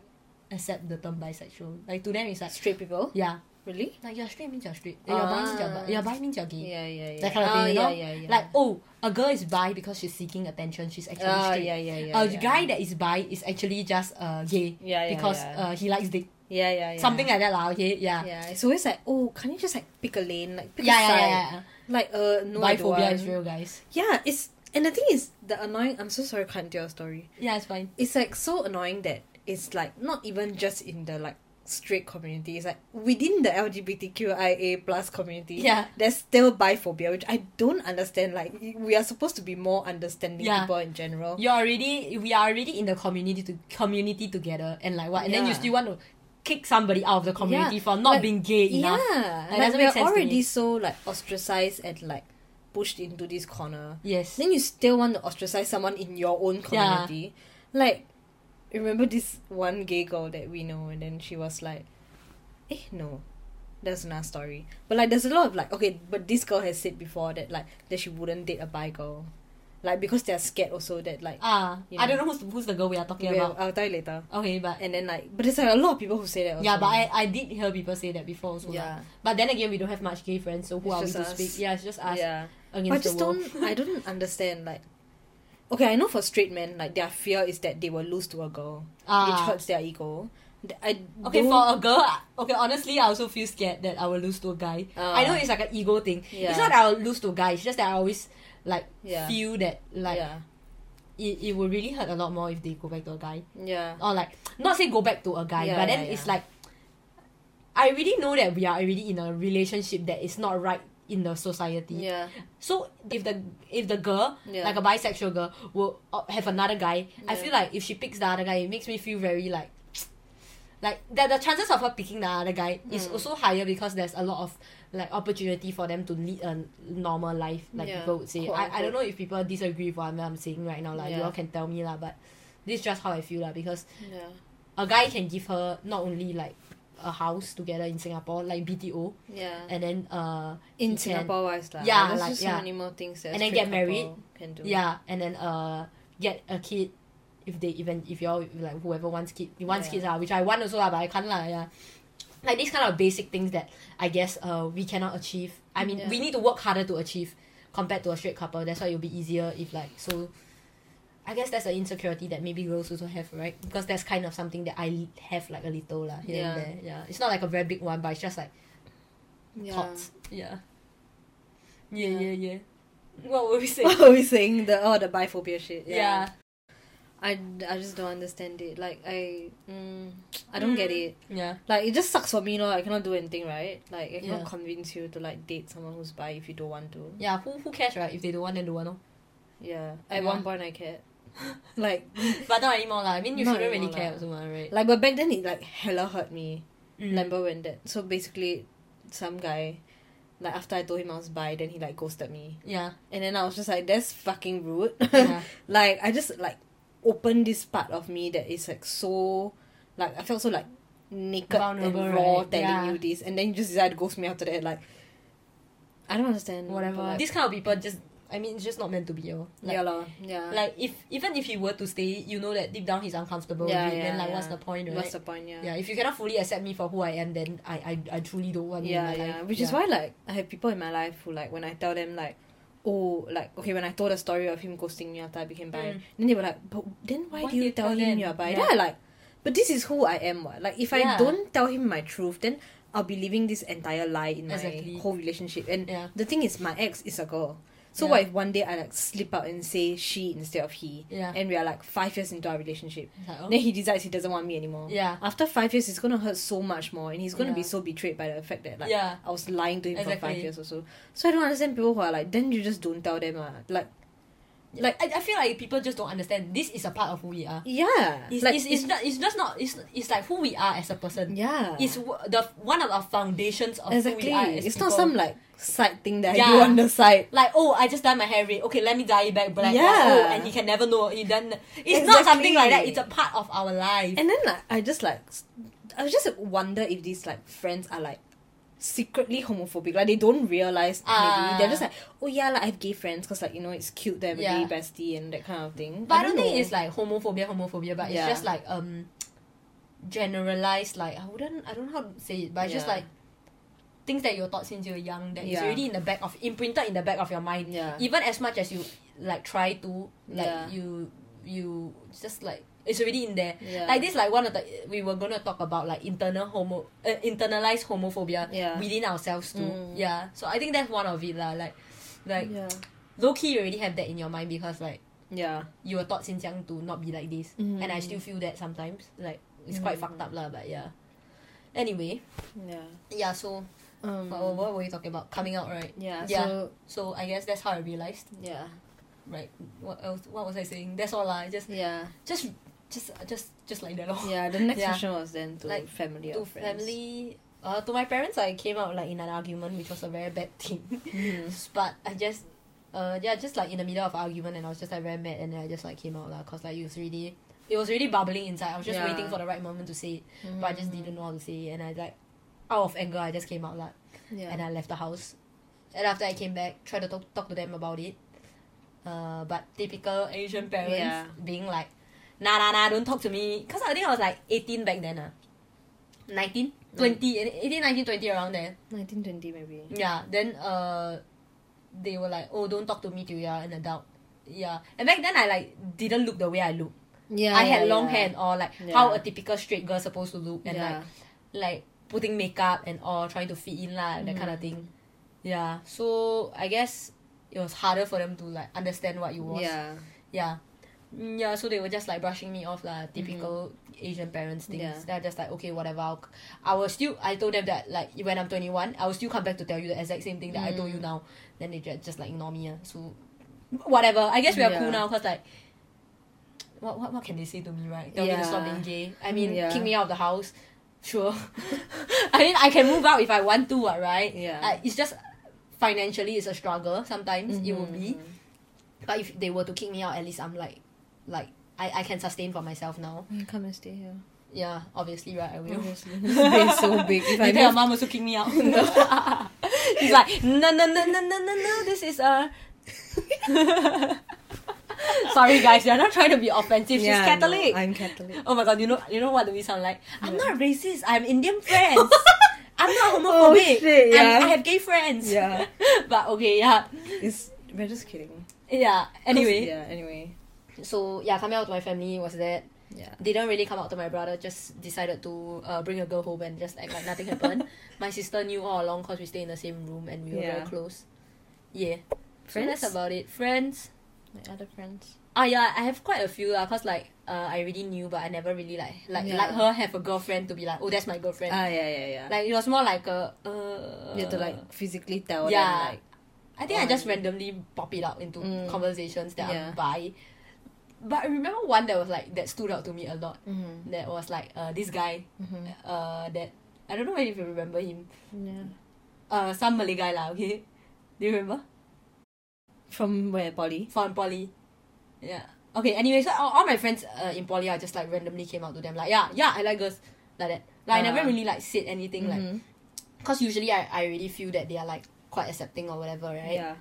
Speaker 2: accept the term bisexual. Like to them, it's like
Speaker 3: straight people.
Speaker 2: yeah,
Speaker 3: Really?
Speaker 2: like you're straight means you're straight. Eh, You're bi means you're
Speaker 3: Ah.
Speaker 2: bi. You're bi means you're gay.
Speaker 3: Yeah, yeah, yeah.
Speaker 2: Mm. That kind of
Speaker 3: oh,
Speaker 2: thing, you
Speaker 3: yeah,
Speaker 2: know?
Speaker 3: yeah, yeah.
Speaker 2: Like oh, a girl is bi because she's seeking attention. She's actually
Speaker 3: oh,
Speaker 2: straight.
Speaker 3: yeah, yeah, yeah.
Speaker 2: a
Speaker 3: yeah.
Speaker 2: guy that is bi is actually just uh, gay
Speaker 3: Yeah, yeah,
Speaker 2: because
Speaker 3: yeah.
Speaker 2: Uh, he likes dick.
Speaker 3: Yeah, yeah, yeah.
Speaker 2: Something like that, lah, okay? Yeah. Yeah,
Speaker 3: Yeah, it's always like, oh, can't you just like pick a lane, like pick
Speaker 2: yeah,
Speaker 3: a
Speaker 2: yeah.
Speaker 3: side?
Speaker 2: yeah, yeah.
Speaker 3: Like, uh, no, I don't
Speaker 2: Biphobia
Speaker 3: want.
Speaker 2: is real, guys.
Speaker 3: Yeah, it's and the thing is the annoying. I'm so sorry, I can't tell your story.
Speaker 2: Yeah, it's fine.
Speaker 3: It's like so annoying that it's like not even just in the like straight community. It's like within the LGBTQIA plus community.
Speaker 2: Yeah.
Speaker 3: there's still biphobia, which I don't understand. Like we are supposed to be more understanding
Speaker 2: Yeah.
Speaker 3: people in general.
Speaker 2: You're already, we are already in the community to community together, and like what, and then you
Speaker 3: Yeah.
Speaker 2: still want to kick somebody out of the community
Speaker 3: Yeah,
Speaker 2: for not
Speaker 3: like-
Speaker 2: being gay enough.
Speaker 3: Yeah,
Speaker 2: Like,
Speaker 3: like
Speaker 2: doesn't make
Speaker 3: we're
Speaker 2: sense to
Speaker 3: already
Speaker 2: me.
Speaker 3: so like ostracized and like pushed into this corner.
Speaker 2: Yes.
Speaker 3: then you still want to ostracize someone in your own community. Like, remember this one gay girl that we know, and then she was like, eh, no, that's not story. But like, there's a lot of like, okay, but this girl has said before that like that she wouldn't date a bi girl, like because they're scared also that like.
Speaker 2: Ah,
Speaker 3: Yeah.
Speaker 2: I don't know who's, who's the girl we are talking
Speaker 3: we'll-
Speaker 2: about.
Speaker 3: I'll tell you later.
Speaker 2: Okay, but
Speaker 3: And then like, but there's like, a lot of people who say that. Also.
Speaker 2: yeah, but I, I did hear people say that before also.
Speaker 3: Yeah.
Speaker 2: Yeah. But then again, we don't have much gay friends, so who
Speaker 3: It's
Speaker 2: are we
Speaker 3: just
Speaker 2: to
Speaker 3: us.
Speaker 2: speak? Yeah, it's just us
Speaker 3: yeah. But I
Speaker 2: against
Speaker 3: just
Speaker 2: the world.
Speaker 3: don't. I don't
Speaker 2: [LAUGHS]
Speaker 3: understand like. Okay, I know for straight men, like their fear is that they will lose to a girl.
Speaker 2: Ah.
Speaker 3: which hurts their ego. Th- I
Speaker 2: Okay,
Speaker 3: don't-
Speaker 2: for a girl, I- okay, honestly, I also feel scared that I will lose to a guy.
Speaker 3: Ah.
Speaker 2: I know it's like an ego thing.
Speaker 3: Yeah.
Speaker 2: It's not that I will lose to a guy, it's just that I always like
Speaker 3: Yeah.
Speaker 2: feel that like
Speaker 3: yeah,
Speaker 2: it, it will really hurt a lot more if they go back to a guy.
Speaker 3: yeah,
Speaker 2: Or like not say go back to a guy,
Speaker 3: Yeah,
Speaker 2: but then
Speaker 3: yeah,
Speaker 2: it's
Speaker 3: yeah.
Speaker 2: like I really know that we are already in a relationship that is not right in the society.
Speaker 3: yeah,
Speaker 2: So if the if the girl,
Speaker 3: Yeah.
Speaker 2: like a bisexual girl, will uh, have another guy, I
Speaker 3: Yeah.
Speaker 2: feel like if she picks the other guy, it makes me feel very like, like that the chances of her picking the other guy
Speaker 3: Hmm.
Speaker 2: is also higher because there's a lot of like opportunity for them to lead a normal life. Like
Speaker 3: Yeah.
Speaker 2: people would say,
Speaker 3: Quote,
Speaker 2: I, I don't know if people disagree with what I'm, I'm saying right now. Like you
Speaker 3: Yeah.
Speaker 2: all can tell me lah, but this is just how I feel lah because
Speaker 3: yeah,
Speaker 2: a guy can give her not only like a house together in Singapore like BTO
Speaker 3: yeah.
Speaker 2: and then uh
Speaker 3: in
Speaker 2: he can-
Speaker 3: Singapore wise, lah,
Speaker 2: Yeah,
Speaker 3: there's
Speaker 2: like,
Speaker 3: just so
Speaker 2: yeah.
Speaker 3: many more things that
Speaker 2: And then
Speaker 3: straight
Speaker 2: get married.
Speaker 3: couple can do.
Speaker 2: Yeah, and then uh get a kid if they even if y'all like whoever wants kid wants
Speaker 3: Yeah.
Speaker 2: kids are which I want also lah, but I can't lah, yeah. Like these kind of basic things that I guess uh we cannot achieve. I mean
Speaker 3: Yeah.
Speaker 2: we need to work harder to achieve compared to a straight couple. That's why it'll be easier if like so I guess that's an insecurity that maybe girls also have, right? Because that's kind of something that I have like a little lah here
Speaker 3: Yeah.
Speaker 2: and there. Yeah. It's not like a very big one, but it's just like
Speaker 3: yeah. [LAUGHS]
Speaker 2: thoughts. Yeah. Yeah,
Speaker 3: Yeah.
Speaker 2: yeah, yeah. [LAUGHS] What were we
Speaker 3: [LAUGHS]
Speaker 2: saying?
Speaker 3: What were we saying? The oh the biphobia shit.
Speaker 2: yeah.
Speaker 3: I, I just don't understand it. Like I mm, I don't get it.
Speaker 2: Yeah.
Speaker 3: Like it just sucks for me, lor. I cannot do anything, right? Like I cannot
Speaker 2: Yeah.
Speaker 3: convince you to like date someone who's bi if you don't want to.
Speaker 2: Yeah, who who cares, right? If they don't want, then don't want. lor.
Speaker 3: Yeah. At
Speaker 2: Yeah.
Speaker 3: one point, I cared. [LAUGHS] like
Speaker 2: But not anymore, lah. I mean, you
Speaker 3: Not
Speaker 2: shouldn't really
Speaker 3: anymore
Speaker 2: care
Speaker 3: lah.
Speaker 2: also, mah, right?
Speaker 3: like but back then it like hella hurt me.
Speaker 2: Mm.
Speaker 3: Remember when that? So basically, some guy, like after I told him I was bi, then he like ghosted me, [LAUGHS]
Speaker 2: Yeah.
Speaker 3: and then I was just like, that's fucking rude. [LAUGHS]
Speaker 2: Yeah.
Speaker 3: like I just like opened this part of me that is like so, like I felt so like naked
Speaker 2: Vulnerable,
Speaker 3: and raw
Speaker 2: right?
Speaker 3: telling
Speaker 2: Yeah.
Speaker 3: you this, and then you just decided to ghost me after that. Like I don't understand.
Speaker 2: Whatever.
Speaker 3: but, Like,
Speaker 2: These kind of people just. I mean, it's just not meant to be, oh. Like,
Speaker 3: yeah, lah. Yeah.
Speaker 2: Like if even if he were to stay, you know that deep down he's uncomfortable
Speaker 3: Yeah,
Speaker 2: with it.
Speaker 3: yeah,
Speaker 2: then like, what's
Speaker 3: yeah.
Speaker 2: the point, right?
Speaker 3: What's the point? Yeah.
Speaker 2: yeah. if you cannot fully accept me for who I am, then I I, I truly don't want you in
Speaker 3: yeah,
Speaker 2: my life.
Speaker 3: yeah. Which is why like I have people in my life who like when I tell them like, oh, like okay, when I told the story of him ghosting me after I became bi,
Speaker 2: Mm.
Speaker 3: then they were like, but then why, do you, tell, him
Speaker 2: them?
Speaker 3: you're bi?
Speaker 2: Yeah.
Speaker 3: Then I like, but this is who I am. What? Like if I
Speaker 2: Yeah.
Speaker 3: don't tell him my truth, then I'll be living this entire lie in my
Speaker 2: Exactly.
Speaker 3: whole relationship. And
Speaker 2: Yeah.
Speaker 3: the thing is, my ex is a girl. So
Speaker 2: Yeah.
Speaker 3: what if one day I like slip out and say she instead of he,
Speaker 2: Yeah.
Speaker 3: and we are like five years into our relationship.
Speaker 2: It's like, oh.
Speaker 3: Then he decides he doesn't want me anymore.
Speaker 2: Yeah.
Speaker 3: After five years, it's gonna hurt so much more, and he's gonna be
Speaker 2: Yeah.
Speaker 3: so betrayed by the fact that like
Speaker 2: yeah.
Speaker 3: I was lying to him for five
Speaker 2: Exactly.
Speaker 3: years or so. So I don't understand people who are like, then you just don't tell them. Uh. Like,
Speaker 2: Like I, I feel like people just don't understand. This is a part of who we are.
Speaker 3: yeah.
Speaker 2: It's
Speaker 3: like,
Speaker 2: it's, it's, not it's just not it's it's like who we are as a person.
Speaker 3: yeah.
Speaker 2: It's w- the one of our foundations of who
Speaker 3: exactly.
Speaker 2: we are. As
Speaker 3: It's
Speaker 2: people.
Speaker 3: not some like side thing that I do
Speaker 2: Yeah.
Speaker 3: on the side.
Speaker 2: like oh I just dye my hair red. Okay, let me dye it back black.
Speaker 3: Yeah.
Speaker 2: Like, oh, and he can never know. He doesn't. It's not
Speaker 3: Exactly.
Speaker 2: something like that. It's a part of our life.
Speaker 3: And then like, I just like, s- I just wonder if these like friends are like secretly homophobic. Like they don't realize maybe
Speaker 2: Ah.
Speaker 3: they're just like, oh yeah, like I have gay friends because like you know it's cute that
Speaker 2: Yeah.
Speaker 3: yeah. bestie and that kind of thing.
Speaker 2: But I don't think
Speaker 3: know.
Speaker 2: it's like homophobia, homophobia, but
Speaker 3: Yeah.
Speaker 2: it's just like um generalized like I wouldn't I don't know how to say it, but it's just
Speaker 3: Yeah.
Speaker 2: like things that you're taught since you're young that is
Speaker 3: Yeah.
Speaker 2: already in the back of imprinted in the back of your mind.
Speaker 3: Yeah.
Speaker 2: Even as much as you like try to like
Speaker 3: Yeah.
Speaker 2: you you just like it's already in there.
Speaker 3: Yeah.
Speaker 2: Like this like one of the we were gonna talk about like internal homo uh, internalized homophobia
Speaker 3: Yeah.
Speaker 2: within ourselves too.
Speaker 3: Mm.
Speaker 2: Yeah. So I think that's one of it lah. Like like
Speaker 3: yeah,
Speaker 2: low key you already have that in your mind because like
Speaker 3: yeah,
Speaker 2: you were taught since young to not be like this,
Speaker 3: Mm.
Speaker 2: and I still feel that sometimes. Like it's quite fucked up lah, but yeah. Anyway,
Speaker 3: Mm-hmm. yeah.
Speaker 2: yeah. So
Speaker 3: Um,
Speaker 2: what, what were you talking about? Coming out, right?
Speaker 3: yeah, So
Speaker 2: Yeah. So I guess that's how I realized.
Speaker 3: yeah,
Speaker 2: Right. What else? What was I saying? That's all lah. Just, [SIGHS]
Speaker 3: yeah.
Speaker 2: just, just, just, just like that. lor.
Speaker 3: Yeah, the next
Speaker 2: Yeah.
Speaker 3: question was then to
Speaker 2: Like,
Speaker 3: family
Speaker 2: To
Speaker 3: or friends.
Speaker 2: family, uh, to my parents, I came out like in an argument, which was a very bad thing.
Speaker 3: [LAUGHS]
Speaker 2: [LAUGHS]
Speaker 3: Mm-hmm.
Speaker 2: but I just, uh, yeah, just like in the middle of argument, and I was just like very mad, and then I just like came out lah, cause like it was really, it was really bubbling inside. I was just
Speaker 3: Yeah.
Speaker 2: waiting for the right moment to say it, but I just didn't know how to say it, and I like, out of anger, I just came out lah,
Speaker 3: Yeah.
Speaker 2: and I left the house. And after I came back, tried to talk, talk to them about it. Uh, but typical Asian parents
Speaker 3: Yeah.
Speaker 2: being like, nah, nah, nah, don't talk to me. Because I think I was like 18 back then. eh, Uh. 19, 20, 18, 19, 20 around there.
Speaker 3: 1920 maybe.
Speaker 2: Yeah, then uh, they were like, oh, don't talk to me till you're an adult. Yeah, and back then I like didn't look the way I look.
Speaker 3: Yeah.
Speaker 2: I had long hair and all, like how
Speaker 3: Yeah.
Speaker 2: a typical straight girl supposed to look, and
Speaker 3: Yeah.
Speaker 2: like like putting makeup and all, trying to fit in lah, that
Speaker 3: Mm.
Speaker 2: kind of thing. Yeah, so I guess it was harder for them to like understand what you was.
Speaker 3: Yeah.
Speaker 2: yeah, Mm, yeah. So they were just like brushing me off lah, typical Asian parents things.
Speaker 3: Mm-hmm. Yeah.
Speaker 2: They're just like, okay, whatever. I'll, I will still. I told them that like when I'm 21, I will still come back to tell you the exact same thing that I told
Speaker 3: Mm.
Speaker 2: you now. Then they just, just like ignore me. ah. So whatever. I guess we are cool
Speaker 3: Yeah.
Speaker 2: now because like. What, what, what can they say to me, right? Tell me to stop
Speaker 3: Yeah.
Speaker 2: being gay. I mean,
Speaker 3: Yeah.
Speaker 2: kick me out of the house. Sure. I mean, I can move out if I want to, what, right?
Speaker 3: Yeah.
Speaker 2: Uh, it's just financially, it's a struggle sometimes. It will be.
Speaker 3: Mm-hmm.
Speaker 2: But if they were to kick me out, at least I'm like, like I, I can sustain for myself now.
Speaker 3: Come and stay [LAUGHS] here.
Speaker 2: Yeah, obviously, right? I [LAUGHS] will.
Speaker 3: [LAUGHS] Obviously. This place is so big. Mm-hmm. If
Speaker 2: I
Speaker 3: I
Speaker 2: think
Speaker 3: moved,
Speaker 2: your mom also kick me
Speaker 3: [LAUGHS]
Speaker 2: out. [LAUGHS] He's like, no, no, no, no, no, no, no. This is a. [LAUGHS] Sorry, guys. They're not trying to be offensive.
Speaker 3: Yeah,
Speaker 2: She's
Speaker 3: no,
Speaker 2: Catholic.
Speaker 3: I'm Catholic.
Speaker 2: [LAUGHS] oh my god, you know, you know what do we sound like? I'm not racist. I'm Indian
Speaker 3: [LAUGHS]
Speaker 2: friends. I'm not
Speaker 3: Oh,
Speaker 2: homophobic.
Speaker 3: shit,
Speaker 2: I'm-
Speaker 3: yeah.
Speaker 2: I have gay friends.
Speaker 3: Yeah.
Speaker 2: [LAUGHS] but okay, yeah,
Speaker 3: It's, we're just kidding.
Speaker 2: yeah. Anyway,
Speaker 3: Yeah. Anyway.
Speaker 2: so yeah, coming out to my family was that.
Speaker 3: Yeah.
Speaker 2: Didn't really come out to my brother. Just decided to uh, bring a girl home and just act like nothing
Speaker 3: [LAUGHS]
Speaker 2: happened. my sister knew all along because we stay in the same room and we were
Speaker 3: Yeah.
Speaker 2: very close. Yeah, so
Speaker 3: Friends?
Speaker 2: that's about it. Friends.
Speaker 1: my other friends.
Speaker 2: Ah yeah, I have quite a few lah. Cause like uh, I already knew, but I never really like like
Speaker 1: Yeah.
Speaker 2: like her have a girlfriend to be like, oh that's my girlfriend.
Speaker 3: Ah, yeah, yeah, yeah.
Speaker 2: like it was more like a uh.
Speaker 3: you have to like physically tell
Speaker 2: Yeah.
Speaker 3: them like
Speaker 2: I think I just randomly pop it out into
Speaker 1: Mm.
Speaker 2: conversations that
Speaker 3: Yeah.
Speaker 2: I buy. But I remember one that was like that stood out to me a lot.
Speaker 1: Mm-hmm.
Speaker 2: That was like uh this guy,
Speaker 1: Mhm.
Speaker 2: uh that I don't know if you remember him.
Speaker 1: Yeah.
Speaker 2: Uh, some Malay guy lah. Okay, do you remember?
Speaker 3: from where Polly.
Speaker 2: from poly. Yeah. Okay. Anyway, so all, all my friends uh, in poly, I just like randomly came out to them like, yeah, yeah, I like girls, like that.
Speaker 3: Ah.
Speaker 2: Like I
Speaker 3: Mm-hmm.
Speaker 2: never really like said anything like,
Speaker 1: Mhm.
Speaker 2: cause usually I, I already feel that they are like quite accepting or whatever, right?
Speaker 3: Yeah.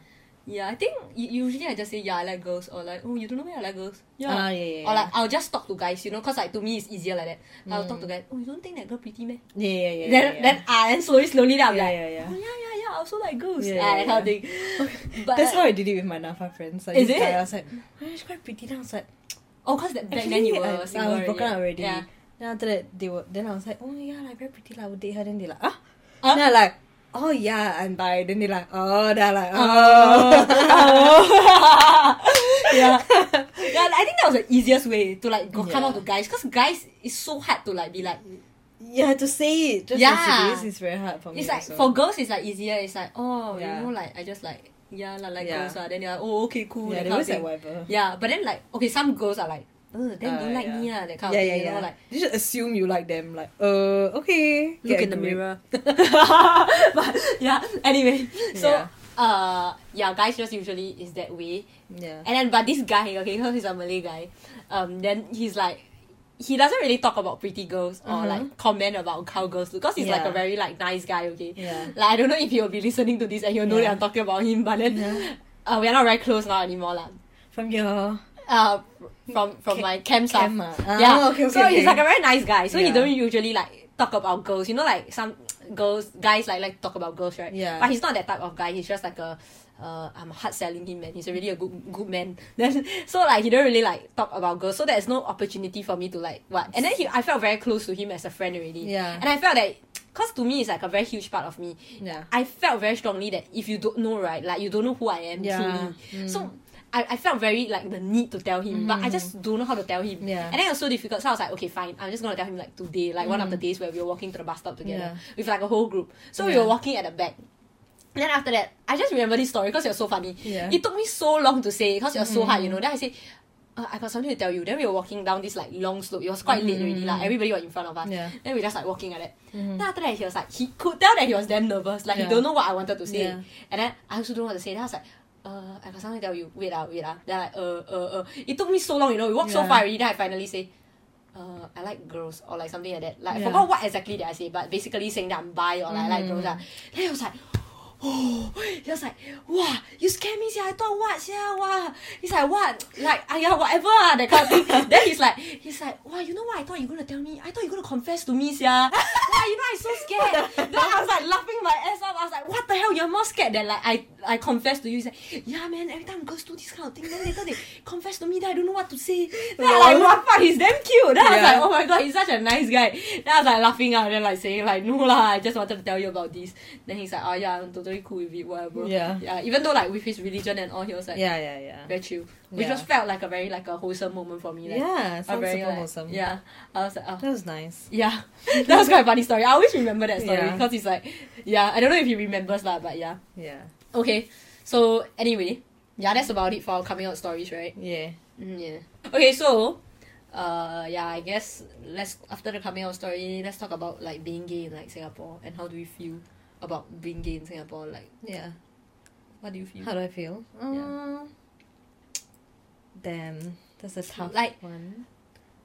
Speaker 2: Yeah. I think u- usually I just say yeah, I like girls or like oh you don't know me, I like girls. Yeah.
Speaker 3: Ah, yeah, yeah,
Speaker 2: Or
Speaker 3: yeah.
Speaker 2: like I'll just talk to guys, you know, cause like to me it's easier like that. I'll talk to guys. Oh, you don't think that girl pretty man?
Speaker 3: Yeah, yeah, yeah.
Speaker 2: then
Speaker 3: yeah,
Speaker 2: then ah, then slowly slowly then I'm
Speaker 3: yeah,
Speaker 2: like,
Speaker 3: yeah, yeah.
Speaker 2: oh, yeah, yeah, yeah, I also like girls.
Speaker 3: Yeah,
Speaker 2: Yeah,
Speaker 3: yeah,
Speaker 2: that kind of thing. but
Speaker 3: That's how I did it with my Nafa friends. Like,
Speaker 2: Is
Speaker 3: this guy, I
Speaker 2: it?
Speaker 3: was like, oh, she's quite pretty. Then I was like,
Speaker 2: oh, cause that, back
Speaker 3: actually,
Speaker 2: then you were
Speaker 3: I, I
Speaker 2: single
Speaker 3: was broken up already.
Speaker 2: Yeah.
Speaker 3: Then after that, they were. Then I was like, oh yeah, like very pretty. Like, I would date her. Then they like, ah.
Speaker 2: Huh?
Speaker 3: Then I like, oh yeah, I'm bi. Then they like, oh, they're like, [LAUGHS] oh.
Speaker 2: Oh. [LAUGHS] yeah. yeah, I think that was the easiest way to like go come
Speaker 3: Yeah.
Speaker 2: out to guys because guys is so hard to like be like
Speaker 3: yeah, to say it just
Speaker 2: Yeah.
Speaker 3: as it is, it's very hard for me.
Speaker 2: it's like
Speaker 3: also.
Speaker 2: for girls it's like easier it's like oh
Speaker 3: Yeah.
Speaker 2: you know like I just like yeah la, like
Speaker 3: Yeah.
Speaker 2: girls ah then they're like oh okay cool
Speaker 3: yeah,
Speaker 2: that
Speaker 3: they
Speaker 2: kind of
Speaker 3: always like
Speaker 2: thing.
Speaker 3: whatever.
Speaker 2: yeah but then like okay some girls are like oh then
Speaker 3: Ah,
Speaker 2: don't like
Speaker 3: yeah.
Speaker 2: me ah that kind
Speaker 3: yeah,
Speaker 2: of
Speaker 3: yeah,
Speaker 2: thing
Speaker 3: yeah.
Speaker 2: you know like [LAUGHS]
Speaker 3: you just assume you like them. Like, uh, okay.
Speaker 2: look
Speaker 3: get a
Speaker 2: in the
Speaker 3: grip.
Speaker 2: mirror but yeah
Speaker 3: [LAUGHS]
Speaker 2: anyway so
Speaker 3: Yeah.
Speaker 2: uh yeah guys just usually is that way
Speaker 3: Yeah.
Speaker 2: And then, but this guy, okay, [LAUGHS] because he's a Malay guy, um, then he's like, he doesn't really talk about pretty girls or like comment about how girls look, because he's like
Speaker 3: Mm-hmm. Yeah.
Speaker 2: a very like nice guy, okay.
Speaker 3: Yeah.
Speaker 2: Like I don't know if he'll be listening to this and he'll know
Speaker 3: Yeah.
Speaker 2: that I'm talking about him, but then, uh, we're not very close now anymore, lah.
Speaker 3: [LAUGHS] From your
Speaker 2: Uh, from from
Speaker 3: Ca-
Speaker 2: my chem stuff.
Speaker 3: camera. Ah,
Speaker 2: yeah.
Speaker 3: okay, okay,
Speaker 2: so
Speaker 3: okay.
Speaker 2: he's like a very nice guy. So he
Speaker 3: Yeah.
Speaker 2: don't usually like talk about girls. You know, like some girls, guys like like to talk about girls, right?
Speaker 3: Yeah.
Speaker 2: But he's not that type of guy. He's just like a, uh, I'm hard selling him, man. He's already a good good man. [LAUGHS] Then so like he don't really like talk about girls. So there's no opportunity for me to like what. And then he, I felt very close to him as a friend already.
Speaker 3: Yeah.
Speaker 2: And I felt that. Cause to me it's like a very huge part of me.
Speaker 3: Yeah.
Speaker 2: I felt very strongly that if you don't know right, like you don't know who I am
Speaker 3: Yeah. Mm.
Speaker 2: truly. So I, I felt very like the need to tell him, but I just don't know how to tell him.
Speaker 3: Yeah.
Speaker 2: And then it was so difficult. So I was like, okay, fine. I'm just gonna tell him like today, like one of the days where we were walking to the bus stop together
Speaker 3: Mm. Yeah.
Speaker 2: with like a whole group. So we
Speaker 3: Yeah.
Speaker 2: were walking at the back. And then after that, I just remember this story because it was so funny.
Speaker 3: Yeah. Mm.
Speaker 2: It took me so long to say because it was so hard, you know. Then I say, uh, I got something to tell you. Then we were walking down this like long slope. It was quite late already, like everybody was in front of us.
Speaker 3: Mm. Yeah. Mm-hmm.
Speaker 2: Then we just like walking at it. Then after that, he was like, he could tell that he was damn nervous. Like
Speaker 3: Yeah.
Speaker 2: he don't know what I wanted to say.
Speaker 3: Yeah.
Speaker 2: And then I also don't know what to say. Then I was like, uh, I got something to tell you. Wait ah, wait ah. Then I like, uh, uh, uh. It took me so long, you know. We walked so
Speaker 3: Yeah.
Speaker 2: far already. Then I finally say, uh, I like girls or like something like that.
Speaker 3: Yeah.
Speaker 2: Like I
Speaker 3: Mm.
Speaker 2: forgot what exactly did I say, but basically saying that I'm bi or like I like girls. ah. Then I was like, oh, he was like, wow, you scared me, yeah. I thought what, yeah, wow. He's like, what, like, aya, whatever, ah, that kind of
Speaker 3: [LAUGHS]
Speaker 2: thing. then he's like, he's like, wow, you know what? I thought you were gonna tell me. I thought you were gonna confess to me, [LAUGHS] yeah. wow, you know I'm so
Speaker 3: [LAUGHS]
Speaker 2: scared. then I was like laughing my ass off. I was like, what the hell? You're more scared than like I, I confess to you. He's like, yeah, man. Every time girls do this kind of thing, then later they [LAUGHS] confess to me that I don't know what to say. Then I like, what fuck? He's damn cute. Then I was
Speaker 3: Yeah.
Speaker 2: like, oh my god, he's such a nice guy. Then I was like laughing out. Then like saying like, no lah, I just wanted to tell you about this. Then he's like, oh yeah, I'm totally cool with it, whatever.
Speaker 3: Yeah.
Speaker 2: Yeah. Even though like with his religion and all, he was like,
Speaker 3: Yeah, yeah, yeah.
Speaker 2: very chill. Which
Speaker 3: Yeah.
Speaker 2: just felt like a very like a wholesome moment for me. Like,
Speaker 3: Yeah,
Speaker 2: A
Speaker 3: sounds
Speaker 2: very
Speaker 3: super
Speaker 2: like,
Speaker 3: wholesome.
Speaker 2: Yeah. I was like, oh.
Speaker 3: That was nice.
Speaker 2: Yeah, [LAUGHS] that was quite a funny story. I always remember that story
Speaker 3: Yeah.
Speaker 2: because it's like, yeah, I don't know if he remembers lah, but yeah.
Speaker 3: Yeah.
Speaker 2: Okay, so anyway, yeah, that's about it for our coming out stories, right?
Speaker 3: Yeah.
Speaker 2: Mm, yeah. Okay, so, uh, yeah, I guess let's after the coming out story, let's talk about like being gay in like Singapore and how do we feel about being gay in Singapore? Like,
Speaker 3: Yeah.
Speaker 2: what do you feel?
Speaker 3: How do I feel?
Speaker 2: Yeah.
Speaker 3: Um, Damn, that's a tough
Speaker 2: Like-
Speaker 3: one.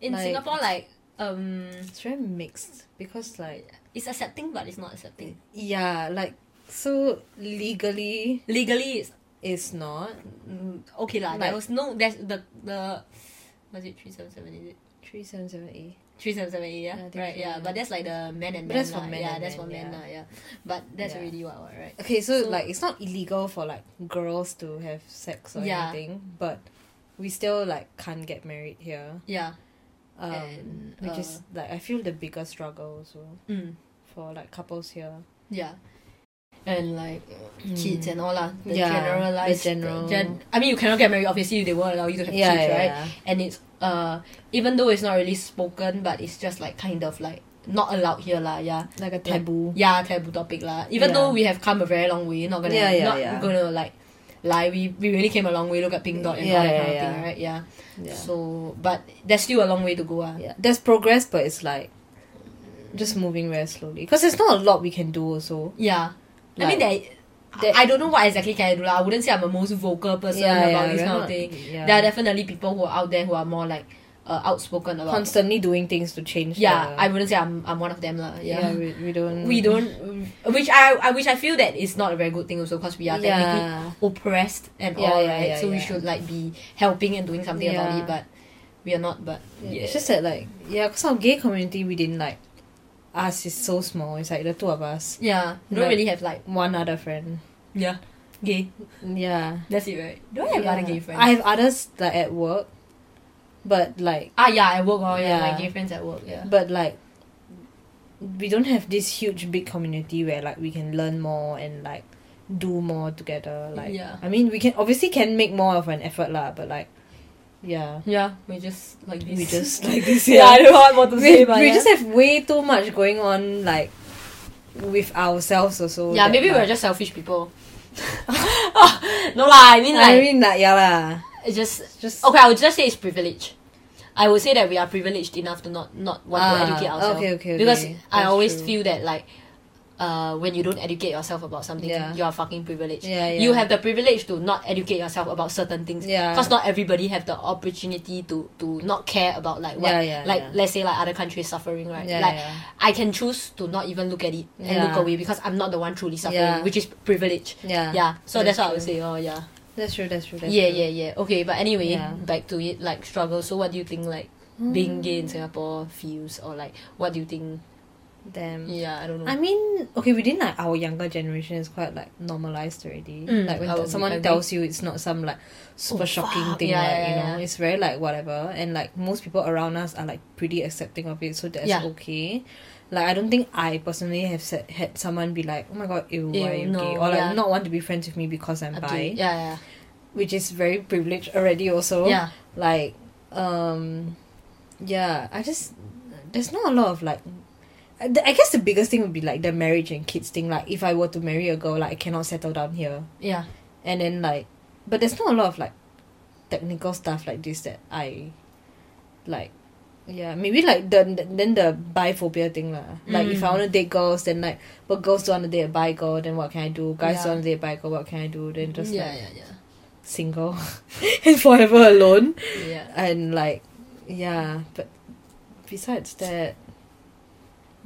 Speaker 2: in
Speaker 3: like-
Speaker 2: Singapore, like, um,
Speaker 3: It's very mixed because, like,
Speaker 2: it's accepting but it's not accepting.
Speaker 3: yeah, like so legally
Speaker 2: Legally, it's
Speaker 3: it's not
Speaker 2: Mm, okay lah.
Speaker 3: Like-
Speaker 2: there was no there's the the was it three seven seven is it
Speaker 3: three seven seven A.
Speaker 2: three seven seven eight
Speaker 3: Yeah, I
Speaker 2: yeah
Speaker 3: think
Speaker 2: right
Speaker 3: so,
Speaker 2: yeah
Speaker 3: yeah.
Speaker 2: but that's like the men and
Speaker 3: But
Speaker 2: men
Speaker 3: that's for
Speaker 2: lah.
Speaker 3: men
Speaker 2: yeah
Speaker 3: and
Speaker 2: that's
Speaker 3: men,
Speaker 2: for men
Speaker 3: yeah.
Speaker 2: lah, yeah but that's
Speaker 3: Yeah.
Speaker 2: already what what, right
Speaker 3: Okay, so,
Speaker 2: So-
Speaker 3: like it's not illegal for like girls to have sex or
Speaker 2: Yeah.
Speaker 3: anything, but we still like can't get married here.
Speaker 2: yeah
Speaker 3: Um,
Speaker 2: And,
Speaker 3: which
Speaker 2: uh,
Speaker 3: is like I feel the biggest struggle also
Speaker 2: mm,
Speaker 3: for like couples here.
Speaker 2: yeah and like kids and all lah. The
Speaker 1: Yeah,
Speaker 2: generalized,
Speaker 1: the general-
Speaker 2: gen- I mean, you cannot get married. Obviously, they won't allow you to have
Speaker 1: Yeah,
Speaker 2: kids,
Speaker 1: yeah,
Speaker 2: right?
Speaker 1: yeah.
Speaker 2: And it's uh, even though it's not really spoken, but it's just like kind of like not allowed here lah. Yeah,
Speaker 1: Like a taboo.
Speaker 2: yeah, taboo topic lah. Even
Speaker 1: Yeah.
Speaker 2: though we have come a very long way, not gonna,
Speaker 1: Yeah, yeah,
Speaker 2: not
Speaker 1: yeah.
Speaker 2: gonna like lie. We we really came a long way. Look at Pink Dot and all
Speaker 1: Yeah,
Speaker 2: that
Speaker 1: yeah,
Speaker 2: kind of
Speaker 1: yeah.
Speaker 2: thing, right? Yeah.
Speaker 1: Yeah.
Speaker 2: So, but there's still a long way to go. Ah.
Speaker 1: Yeah.
Speaker 3: There's progress, but it's like just moving very slowly. Because there's not a lot we can do, also.
Speaker 2: Yeah. I mean,
Speaker 3: Like-
Speaker 2: there,
Speaker 3: there-
Speaker 2: I don't know what exactly can I do. Lah. I wouldn't say I'm a most vocal person
Speaker 3: Yeah, yeah,
Speaker 2: about this
Speaker 3: we're
Speaker 2: kind of
Speaker 3: not-
Speaker 2: thing.
Speaker 3: yeah.
Speaker 2: There are definitely people who are out there who are more like uh, outspoken about
Speaker 3: Constantly doing things to change.
Speaker 2: Yeah,
Speaker 3: the-
Speaker 2: I wouldn't say I'm, I'm one of them. lah.
Speaker 3: yeah.
Speaker 2: Yeah.
Speaker 3: we, we don't.
Speaker 2: We don't, which I, I which I feel that it's not a very good thing also because we are technically
Speaker 3: [LAUGHS] Yeah.
Speaker 2: oppressed and
Speaker 3: Yeah,
Speaker 2: all right,
Speaker 3: yeah, yeah,
Speaker 2: so we
Speaker 3: yeah.
Speaker 2: should like be helping and doing something about
Speaker 3: Yeah.
Speaker 2: it, but we are not. But yeah,
Speaker 3: It's just that, like, yeah, because our gay community, we didn't like. Us is so small. It's like the two of us,
Speaker 2: yeah, we don't
Speaker 3: Like-
Speaker 2: really have like
Speaker 3: one other friend.
Speaker 2: yeah, gay.
Speaker 3: Yeah.
Speaker 2: That's it, right? Do I have
Speaker 3: Yeah.
Speaker 2: other gay friends?
Speaker 3: I have others like at work, but like,
Speaker 2: Ah yeah, at work oh yeah,
Speaker 3: Yeah.
Speaker 2: my gay friends at work, yeah.
Speaker 3: but like, we don't have this huge big community where like we can learn more and like do more together. Like,
Speaker 2: Yeah.
Speaker 3: I mean, we can obviously can make more of an effort lah, but like, yeah,
Speaker 2: Yeah, we just like this.
Speaker 3: we
Speaker 2: [LAUGHS]
Speaker 3: just like this.
Speaker 2: yeah, I don't know what more to
Speaker 3: we,
Speaker 2: say, but
Speaker 3: we
Speaker 2: yeah.
Speaker 3: just have way too much going on like with ourselves also.
Speaker 2: yeah,
Speaker 3: that,
Speaker 2: maybe
Speaker 3: like,
Speaker 2: we're just selfish people. [LAUGHS] no lah, I mean like
Speaker 3: I mean, like yeah lah.
Speaker 2: it's just
Speaker 3: Just
Speaker 2: okay. I would just say it's privilege. I would say that we are privileged enough to not not want
Speaker 3: Ah,
Speaker 2: to educate ourselves
Speaker 3: okay, okay, okay.
Speaker 2: because I
Speaker 3: That's
Speaker 2: always
Speaker 3: true.
Speaker 2: feel that like. Uh, when you don't educate yourself about something,
Speaker 3: Yeah.
Speaker 2: you are fucking privileged.
Speaker 3: Yeah, yeah.
Speaker 2: You have the privilege to not educate yourself about certain things.
Speaker 3: Yeah.
Speaker 2: Because not everybody have the opportunity to to not care about like what,
Speaker 3: Yeah, yeah,
Speaker 2: like
Speaker 3: yeah.
Speaker 2: let's say like other countries suffering, right?
Speaker 3: Yeah,
Speaker 2: like
Speaker 3: yeah.
Speaker 2: I can choose to not even look at it and
Speaker 3: Yeah.
Speaker 2: look away because I'm not the one truly suffering,
Speaker 3: Yeah.
Speaker 2: which is privilege.
Speaker 3: Yeah.
Speaker 2: Yeah. So
Speaker 3: That's
Speaker 2: that's, what I would
Speaker 3: true.
Speaker 2: say. Oh yeah.
Speaker 3: That's true. That's true. That's
Speaker 2: Yeah,
Speaker 3: true.
Speaker 2: yeah, yeah. Okay, but anyway,
Speaker 3: Yeah.
Speaker 2: back to it, like struggle. So what do you think like being gay in
Speaker 3: Hmm.
Speaker 2: Singapore feels or like what do you think
Speaker 3: Damn.
Speaker 2: yeah, I don't know.
Speaker 3: I mean, okay, we didn't like our younger generation is quite like normalized already.
Speaker 2: Mm,
Speaker 3: like when
Speaker 2: I
Speaker 3: th-
Speaker 2: would
Speaker 3: someone
Speaker 2: agree.
Speaker 3: tells you it's not some like super
Speaker 2: Oh,
Speaker 3: shocking
Speaker 2: fuck.
Speaker 3: thing,
Speaker 2: Yeah,
Speaker 3: like
Speaker 2: yeah,
Speaker 3: you
Speaker 2: yeah.
Speaker 3: know, it's very like whatever. And like most people around us are like pretty accepting of it, so that's
Speaker 2: Yeah.
Speaker 3: okay. Like I don't think I personally have se- had someone be like, oh my god, ew, why are you gay,
Speaker 2: Ew, no,
Speaker 3: or like
Speaker 2: yeah.
Speaker 3: not want to be friends with me because I'm bi,
Speaker 2: Up to you. yeah,
Speaker 3: which is very privileged already. Also,
Speaker 2: yeah. Yeah.
Speaker 3: like um yeah i just there's not a lot of like I I guess the biggest thing would be like the marriage and kids thing. Like, if I were to marry a girl, like I cannot settle down here,
Speaker 2: Yeah.
Speaker 3: and then like, but there's not a lot of like technical stuff like this that I like. Yeah, maybe like the the- then the biphobia thing lah. Like,
Speaker 2: Mm.
Speaker 3: if I want to date girls, then like, but girls don't want to date a bi girl, then what can I do? Guys
Speaker 2: Yeah.
Speaker 3: don't want to date a bi girl, what can I do? Then just
Speaker 2: yeah,
Speaker 3: like
Speaker 2: yeah, yeah.
Speaker 3: single [LAUGHS] and forever alone
Speaker 2: Yeah.
Speaker 3: and like yeah but besides that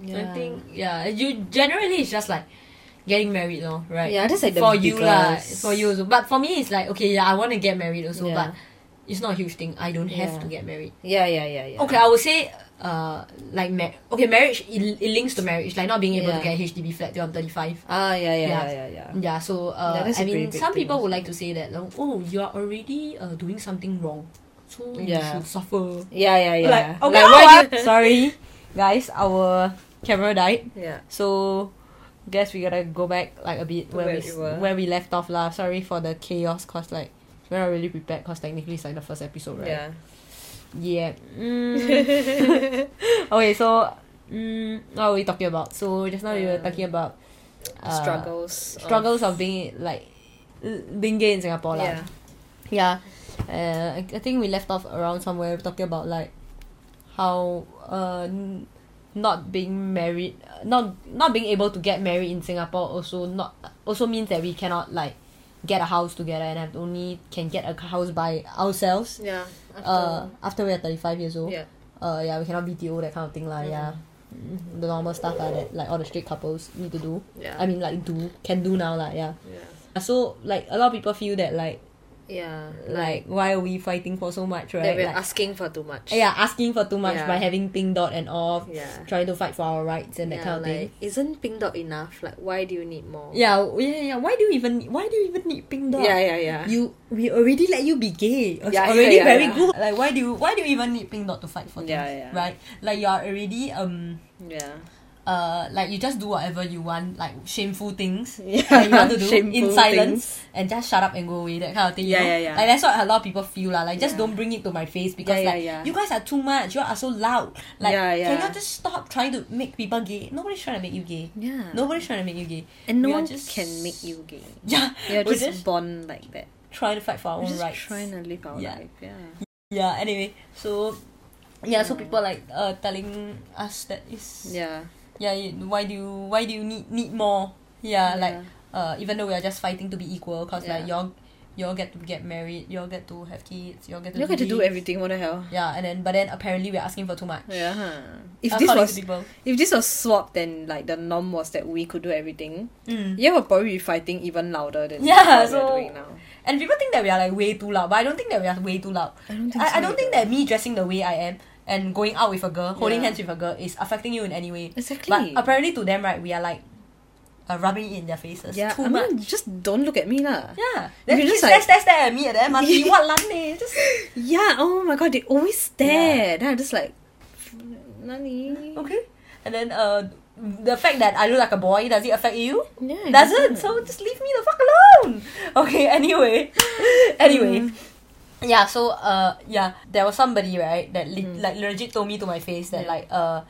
Speaker 3: yeah
Speaker 2: I think yeah, you generally it's just like getting married, no, right?
Speaker 3: yeah that's like the
Speaker 2: for you lah,
Speaker 3: biggest-
Speaker 2: for you also. But for me, it's like okay, yeah, I want to get married also,
Speaker 3: Yeah.
Speaker 2: but it's not a huge thing. I don't have
Speaker 3: Yeah.
Speaker 2: to get married.
Speaker 3: yeah yeah yeah yeah
Speaker 2: Okay, I would say uh like ma- okay marriage it, it links to marriage like not being able to
Speaker 3: Yeah.
Speaker 2: get a HDB flat till I'm 35
Speaker 3: ah yeah yeah
Speaker 2: Yeah.
Speaker 3: yeah yeah yeah
Speaker 2: yeah so uh,
Speaker 3: Yeah, that's
Speaker 2: I
Speaker 3: a pretty
Speaker 2: mean
Speaker 3: big
Speaker 2: some
Speaker 3: thing
Speaker 2: people would
Speaker 3: also.
Speaker 2: like to say that like, oh you are already uh, doing something wrong so
Speaker 3: Yeah.
Speaker 2: you should suffer
Speaker 3: yeah yeah yeah
Speaker 2: like okay
Speaker 3: Like,
Speaker 2: why
Speaker 3: do you-
Speaker 2: [LAUGHS] sorry guys our camera died
Speaker 3: yeah
Speaker 2: so guess we gotta go back like a bit
Speaker 3: To
Speaker 2: where,
Speaker 3: where
Speaker 2: we,
Speaker 3: we
Speaker 2: s-
Speaker 3: were.
Speaker 2: where we left off lah sorry for the chaos cause like we're not really prepared cause technically it's like the first episode right
Speaker 3: [LAUGHS] yeah [LAUGHS]
Speaker 2: yeah. Mm. okay, so mm, what were we talking about? So just now we were
Speaker 3: Um,
Speaker 2: talking about uh,
Speaker 3: struggles
Speaker 2: struggles of being like l- being gay in Singapore, lah.
Speaker 3: yeah
Speaker 2: Yeah. Uh, I I think we left off around somewhere talking about like how uh n- not being married, not not being able to get married in Singapore also not also means that we cannot like get a house together and have only can get a house by ourselves
Speaker 3: yeah
Speaker 2: uh, after we're 35 years old,
Speaker 3: Yeah.
Speaker 2: uh, yeah, we cannot BTO, that kind of thing, lah, yeah. Mm, The normal stuff lah, that, like, all the straight couples need to do.
Speaker 3: Yeah.
Speaker 2: I mean, like, do, can do now, lah, yeah.
Speaker 3: yeah
Speaker 2: So, like, a lot of people feel that, like,
Speaker 3: yeah
Speaker 2: like, why are we fighting for so much, right?
Speaker 3: that we're
Speaker 2: Like,
Speaker 3: asking for too much
Speaker 2: yeah, asking for too much
Speaker 3: Yeah.
Speaker 2: by having pink dot and off,
Speaker 3: Yeah.
Speaker 2: trying to fight for our rights and that
Speaker 3: Yeah,
Speaker 2: kind of thing.
Speaker 3: like, isn't pink dot enough like why do you need more
Speaker 2: Yeah, w- yeah, yeah. Why do you even why do you even need pink dot?
Speaker 3: yeah yeah yeah
Speaker 2: You we already let you be gay. It's
Speaker 3: Yeah, yeah,
Speaker 2: already
Speaker 3: yeah,
Speaker 2: very
Speaker 3: yeah.
Speaker 2: good. Like why do you why do you even need pink dot to fight for things?
Speaker 3: Yeah, yeah.
Speaker 2: Right? Like you are already um
Speaker 3: yeah
Speaker 2: uh, like you just do whatever you want, like shameful
Speaker 3: [LAUGHS]
Speaker 2: things
Speaker 1: Yeah,
Speaker 2: that you want to do in
Speaker 1: shameful
Speaker 2: silence, and just shut up and go away. That kind of thing.
Speaker 3: Yeah,
Speaker 2: you know?
Speaker 3: yeah, yeah.
Speaker 2: Like that's what a lot of people feel lah. Like just don't bring it to my face because
Speaker 3: Yeah, yeah,
Speaker 2: like
Speaker 3: yeah.
Speaker 2: you guys are too much. You are so loud. Like
Speaker 3: Yeah, yeah.
Speaker 2: can you just stop trying to make people gay? Nobody's trying to make you gay.
Speaker 3: Yeah.
Speaker 2: Nobody's trying to make you gay. [LAUGHS]
Speaker 3: And no
Speaker 2: We are
Speaker 3: one
Speaker 2: just-
Speaker 3: can make you gay.
Speaker 2: Yeah.
Speaker 3: You're
Speaker 2: we're
Speaker 3: just, born like that.
Speaker 2: trying to fight for our
Speaker 3: We're
Speaker 2: own
Speaker 3: just
Speaker 2: rights.
Speaker 3: trying to live our
Speaker 2: Yeah.
Speaker 3: life. Yeah.
Speaker 2: Yeah. Anyway, so yeah, so people like uh telling us that is
Speaker 3: Yeah.
Speaker 2: yeah you- why do you why do you need need more yeah,
Speaker 3: Yeah.
Speaker 2: like uh even though we are just fighting to be equal because like
Speaker 3: Yeah.
Speaker 2: y'all y'all get to get married y'all get to have kids y'all get to
Speaker 3: You get to do
Speaker 2: this.
Speaker 3: everything. What the hell?
Speaker 2: yeah and then but then apparently we're asking for too much Uh,
Speaker 3: Yeah. Uh, huh. If this
Speaker 2: According to
Speaker 3: was
Speaker 2: people
Speaker 3: if this was swapped, then like the norm was that we could do everything.
Speaker 2: Mm.
Speaker 3: Yeah, we'll probably be fighting even louder than what
Speaker 2: Yeah, so-
Speaker 3: we're doing now.
Speaker 2: and people think that we are like way too loud but I don't think that we are way too loud I don't think, I,
Speaker 3: so
Speaker 2: don't think that me dressing the way I am and going out with a girl holding hands with a girl is affecting you in any way
Speaker 3: Exactly.
Speaker 2: but apparently to them right we are like uh, rubbing it in their faces
Speaker 3: yeah,
Speaker 2: too
Speaker 3: I
Speaker 2: much
Speaker 3: mean, just don't look at me lah.
Speaker 2: yeah then
Speaker 3: can
Speaker 2: just
Speaker 3: just,
Speaker 2: stare,
Speaker 3: like-
Speaker 2: stare stare at me at the
Speaker 3: [LAUGHS]
Speaker 2: MRT what lan eh just
Speaker 3: Yeah. Oh my god, they always stare. Then I'm just like, nani.
Speaker 2: Okay. And then uh, the fact that I look like a boy, does it affect you?
Speaker 3: Yeah, it
Speaker 2: doesn't. So just leave me the fuck alone. [LAUGHS] Okay, anyway. [LAUGHS] anyway.
Speaker 3: Mm.
Speaker 2: Yeah, so uh yeah, there was somebody, right, that li-
Speaker 3: Mm.
Speaker 2: like legit told me to my face that like uh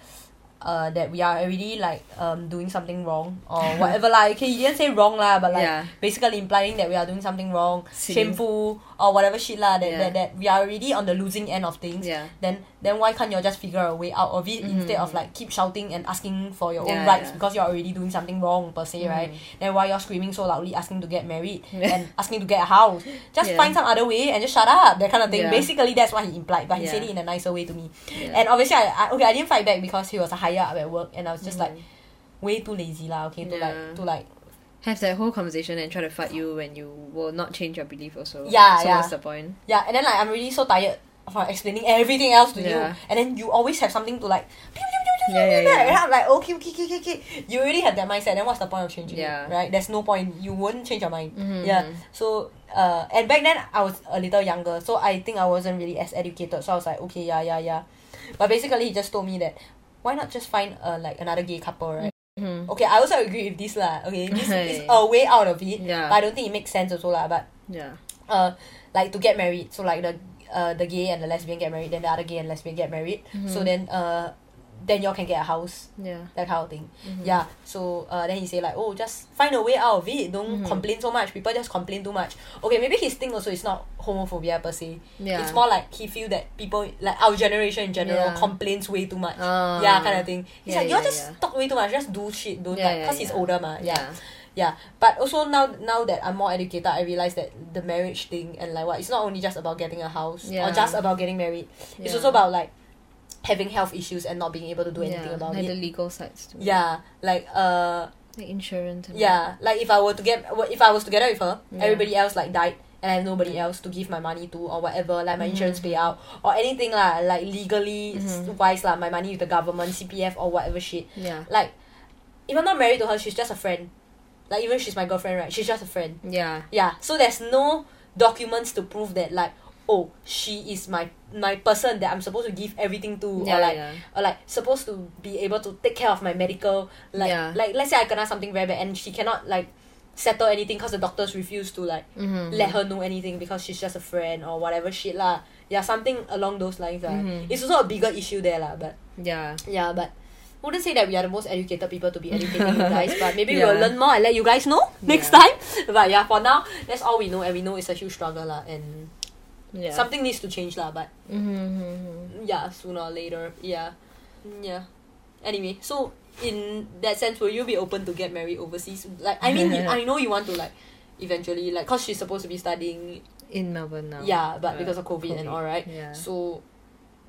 Speaker 2: uh, that we are already like um doing something wrong or
Speaker 3: [LAUGHS]
Speaker 2: whatever like okay you didn't say wrong lah but like
Speaker 3: Yeah.
Speaker 2: basically implying that we are doing something wrong
Speaker 3: See.
Speaker 2: shameful or whatever shit lah that,
Speaker 3: Yeah.
Speaker 2: that, that we are already on the losing end of things
Speaker 3: Yeah. Mm-hmm.
Speaker 2: then then why can't you all just figure a way out of it instead of like keep shouting and asking for your own
Speaker 3: Yeah,
Speaker 2: rights
Speaker 3: yeah. Mm-hmm.
Speaker 2: because you're already doing something wrong per se right then why you're screaming so loudly asking to get
Speaker 3: [LAUGHS]
Speaker 2: married and asking to get a house just
Speaker 3: Yeah.
Speaker 2: find some other way and just shut up that kind of thing
Speaker 3: Yeah.
Speaker 2: basically that's what he implied but he
Speaker 3: Yeah.
Speaker 2: said it in a nicer way to me and obviously I, I okay I didn't fight back because he was a higher up at work and I was just like way too lazy lah okay to
Speaker 3: Mm-hmm. Yeah.
Speaker 2: like to like
Speaker 3: Have that whole conversation and try to fight you when you will not change your belief. Also.
Speaker 2: Yeah,
Speaker 3: So
Speaker 2: yeah.
Speaker 3: what's the point?
Speaker 2: Yeah, and then like I'm really so tired from explaining everything else to
Speaker 3: Yeah.
Speaker 2: you, and then you always have something to like. [LAUGHS] pew, pew, pew, pew,
Speaker 3: Yeah, yeah,
Speaker 2: pew, pew,
Speaker 3: yeah.
Speaker 2: And I'm like, okay, okay, okay, okay, okay. You already have that mindset. Then what's the point of changing? it,
Speaker 3: Yeah. Mm-hmm,
Speaker 2: right. There's no point. You won't change your mind. Yeah. So, uh, and back then I was a little younger, so I think I wasn't really as educated. So I was like, okay, yeah, yeah, yeah. But basically, he just told me that why not just find uh, like another gay couple, right?
Speaker 3: Mm-hmm.
Speaker 2: Okay, I also agree with this lah.
Speaker 3: [LAUGHS]
Speaker 2: Okay, this
Speaker 3: Okay.
Speaker 2: is a way out of it.
Speaker 3: Yeah.
Speaker 2: But I don't think it makes sense also lah. But
Speaker 3: Yeah.
Speaker 2: uh, like to get married. So like the uh, the gay and the lesbian get married, then the other gay and lesbian get married.
Speaker 3: Mm-hmm.
Speaker 2: So then uh, then y'all can get a house,
Speaker 3: Yeah.
Speaker 2: that kind of thing.
Speaker 3: Mm-hmm.
Speaker 2: Yeah. So uh, then he say like, oh, just find a way out of it.
Speaker 3: Mm-hmm.
Speaker 2: Don't complain so much. People just complain too much. Okay, maybe his thing also is not homophobia per se.
Speaker 3: Yeah.
Speaker 2: It's more like he feel that people like our generation in general
Speaker 3: Yeah.
Speaker 2: complains way too much.
Speaker 3: Ah.
Speaker 2: yeah, kind of thing. He's
Speaker 3: Yeah,
Speaker 2: like, y'all
Speaker 3: yeah,
Speaker 2: just
Speaker 3: yeah.
Speaker 2: talk way too much. Just do shit. Don't
Speaker 3: Yeah,
Speaker 2: like,
Speaker 3: yeah,
Speaker 2: cause he's
Speaker 3: yeah.
Speaker 2: older ma.
Speaker 3: Yeah.
Speaker 2: yeah. Yeah, but also now now that I'm more educated, I realize that the marriage thing and like what it's not only just about getting a house
Speaker 3: Yeah.
Speaker 2: or just about getting married. It's
Speaker 3: Yeah.
Speaker 2: also about like having health issues and not being able to do anything
Speaker 3: yeah.
Speaker 2: about
Speaker 3: like the
Speaker 2: it.
Speaker 3: legal sides too.
Speaker 2: Yeah, like uh,
Speaker 3: Like insurance. And
Speaker 2: yeah, like if I were to get well, if I was together with her,
Speaker 3: Mm-hmm. Yeah.
Speaker 2: everybody else like died. And I have nobody else to give my money to or whatever, like my insurance
Speaker 3: Mm-hmm.
Speaker 2: payout or anything lah, like legally s wise lah, my money with the government, CPF or whatever shit.
Speaker 3: Yeah.
Speaker 2: Like, if I'm not married to her, she's just a friend. Like even if she's my girlfriend, right? She's just a friend.
Speaker 3: Yeah.
Speaker 2: Yeah, so there's no documents to prove that like oh she is my my person that I'm supposed to give everything to
Speaker 3: Yeah,
Speaker 2: or like
Speaker 3: yeah.
Speaker 2: or like supposed to be able to take care of my medical like
Speaker 3: Yeah.
Speaker 2: like let's say I cannot something very bad and she cannot like settle anything because the doctors refuse to mm-hmm. like
Speaker 3: Mm-hmm.
Speaker 2: let her know anything because she's just a friend or whatever shit lah. Yeah, something along those lines lah.
Speaker 3: Mm-hmm.
Speaker 2: It's also a bigger issue there lah, but
Speaker 3: Yeah.
Speaker 2: yeah, but wouldn't say that we are the most educated people to be educating
Speaker 3: [LAUGHS]
Speaker 2: you guys, but maybe
Speaker 3: Yeah.
Speaker 2: we'll learn more and let you guys know next
Speaker 3: Yeah.
Speaker 2: time. But yeah, for now, that's all we know, and we know it's a huge struggle lah, and
Speaker 3: Yeah.
Speaker 2: something needs to change lah. But
Speaker 3: Mm-hmm.
Speaker 2: yeah, sooner or later, yeah, yeah. Anyway, so in that sense, will you be open to get married overseas? Like, I
Speaker 3: [LAUGHS]
Speaker 2: mean, I know you want to like eventually like cause she's supposed to be studying
Speaker 3: In Melbourne now.
Speaker 2: yeah, but because of COVID, and all right.
Speaker 3: Yeah.
Speaker 2: So,